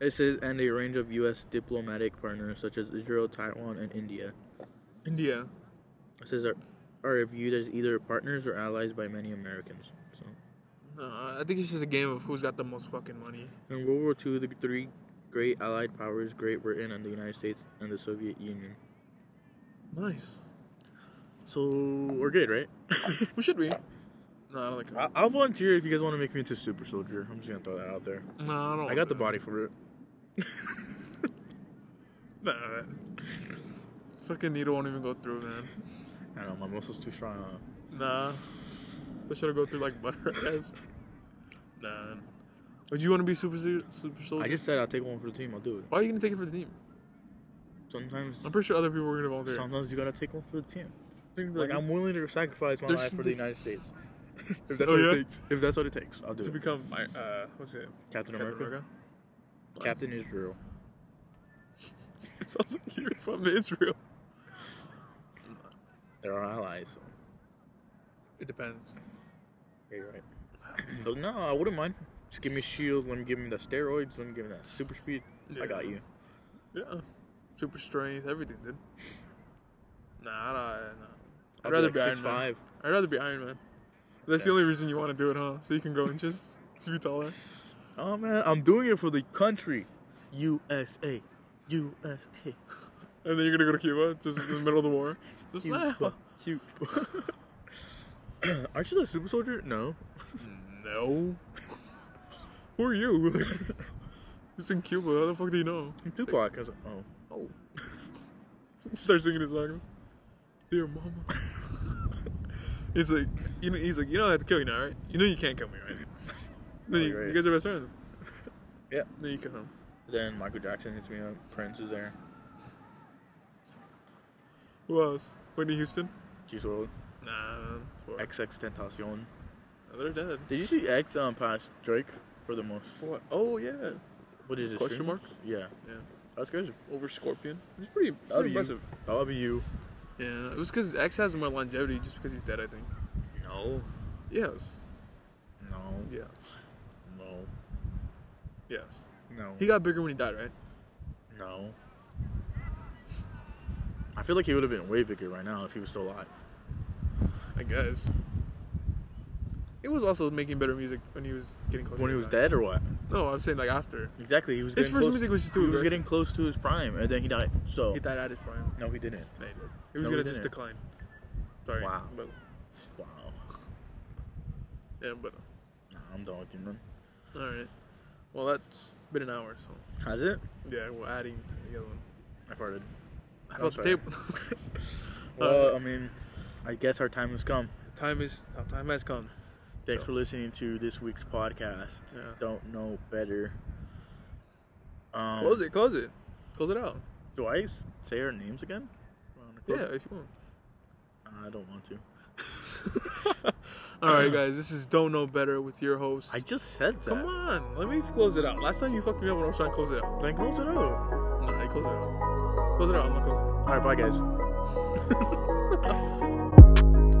A: It says and a range of U.S. diplomatic partners such as Israel, Taiwan, and India.
B: India.
A: It says are are viewed as either partners or allies by many Americans. So
B: No, I think it's just a game of who's got the most fucking money.
A: in World War II, the three great Allied powers, Great Britain and the United States and the Soviet Union.
B: Nice.
A: So we're good, right? (laughs)
B: We should be. No, I don't think.
A: I- I'll volunteer if you guys want to make me into a super soldier. I'm just gonna throw that out there.
B: no, I don't.
A: I got the
B: want
A: body for it. (laughs)
B: that. Nah, man. Fucking needle won't even go through, man.
A: I don't know, my muscles too strong. huh?
B: Nah. They should have go through like (laughs) butter ass. Nah. Would you want to be super su- super soldier?
A: I just said I'll take one for the team. I'll do it.
B: Why are you gonna take it for the team?
A: Sometimes,
B: I'm pretty sure other people were gonna volunteer.
A: sometimes you gotta take one for the team.
B: They're gonna be
A: Like I'm willing to sacrifice my
B: There's-
A: life for the United States. (laughs) if that's
B: Oh,
A: what
B: yeah?
A: it takes, if that's what it takes, I'll do
B: to
A: it.
B: become my uh, what's it?
A: Captain America,
B: Nice.
A: Captain Israel.
B: It (laughs) sounds like you're from Israel.
A: They're our allies. So.
B: It depends.
A: Yeah,
B: (clears throat)
A: you're right. But no, I wouldn't mind. Just give me shield. Let me give me the steroids. Let me give me that super speed. I got
B: Yeah.
A: you.
B: Yeah. Super strength, everything, dude. Nah, I don't, nah. I'd
A: I'll
B: rather
A: like
B: be Iron
A: 6'5".
B: Man. I'd rather be Iron Man. That's
A: Okay.
B: the only reason you want to do it, huh? So you can go and just, (laughs) just be taller.
A: Oh man, I'm doing it for the country. USA, USA.
B: And then you're gonna go to Cuba, just in the middle of the war. Just
A: Cuba, (laughs) Cuba. (clears throat) Aren't you the super soldier? No.
B: No. Who are you? (laughs) Like, it's in Cuba. How the fuck do you know?
A: I'm Tupac. I was like, oh.
B: Oh. Start singing his song. Dear mama. (laughs) he's like, you know, he's like, you know, I have to kill you now, right? You know, you can't kill me,
A: (laughs)
B: right? Then
A: Oh,
B: you,
A: right.
B: you guys are best friends.
A: Yeah.
B: Then you come home.
A: Then Michael Jackson hits me up. Prince is there.
B: Who else? Whitney Houston?
A: Juice WRLD.
B: Nah, it's war.
A: XX Tentacion.
B: No, they're dead.
A: Did you see X um past Drake for the most?
B: What? Oh yeah,
A: What is this?
B: Question
A: stream?
B: mark?
A: Yeah.
B: Yeah.
A: That's crazy.
B: over Scorpion. It's pretty,
A: That'll be
B: pretty
A: you.
B: impressive.
A: That'll be you.
B: Yeah, it was because X has more longevity, just because he's dead, I think.
A: No.
B: Yes,
A: No.
B: yes,
A: No.
B: yes.
A: No.
B: He got bigger when he died, right?
A: No. I feel like he would have been way bigger right now if he was still alive.
B: I guess. It was also making better music when he was getting closer.
A: When
B: to
A: he was
B: dying.
A: dead or what?
B: No, I'm saying like after
A: Exactly. He was.
B: His
A: getting
B: first
A: close-
B: music was just too
A: He was
B: aggressive.
A: getting close to his prime, and then he died. So.
B: he died at his prime.
A: No, he didn't.
B: No, he did. It was
A: No, he
B: gonna just
A: didn't.
B: decline. Sorry.
A: Wow.
B: But,
A: Wow.
B: yeah, but
A: Nah, I'm done with you, man.
B: all right. Well, that's been an hour, so
A: Has it?
B: yeah, we're adding to the other one.
A: I farted.
B: I
A: I'm
B: felt the
A: sorry.
B: table. (laughs) Uh,
A: Well, I mean, I guess our time has come.
B: time is time has come.
A: Thanks
B: So-
A: for listening to this week's podcast.
B: Yeah.
A: Don't know better. Um,
B: Close it, close it, close it out.
A: Do I s- say our names again? Wanna close
B: Yeah,
A: it?
B: if you want.
A: I don't want to.
B: (laughs) All right, guys, this is Don't Know Better with your host.
A: I just said that.
B: Come on, let me close it out. Last time you fucked me up when I was trying to close it out.
A: Then close it out.
B: Nah, I close it out. Close it out. I'm not going.
A: All right, bye guys.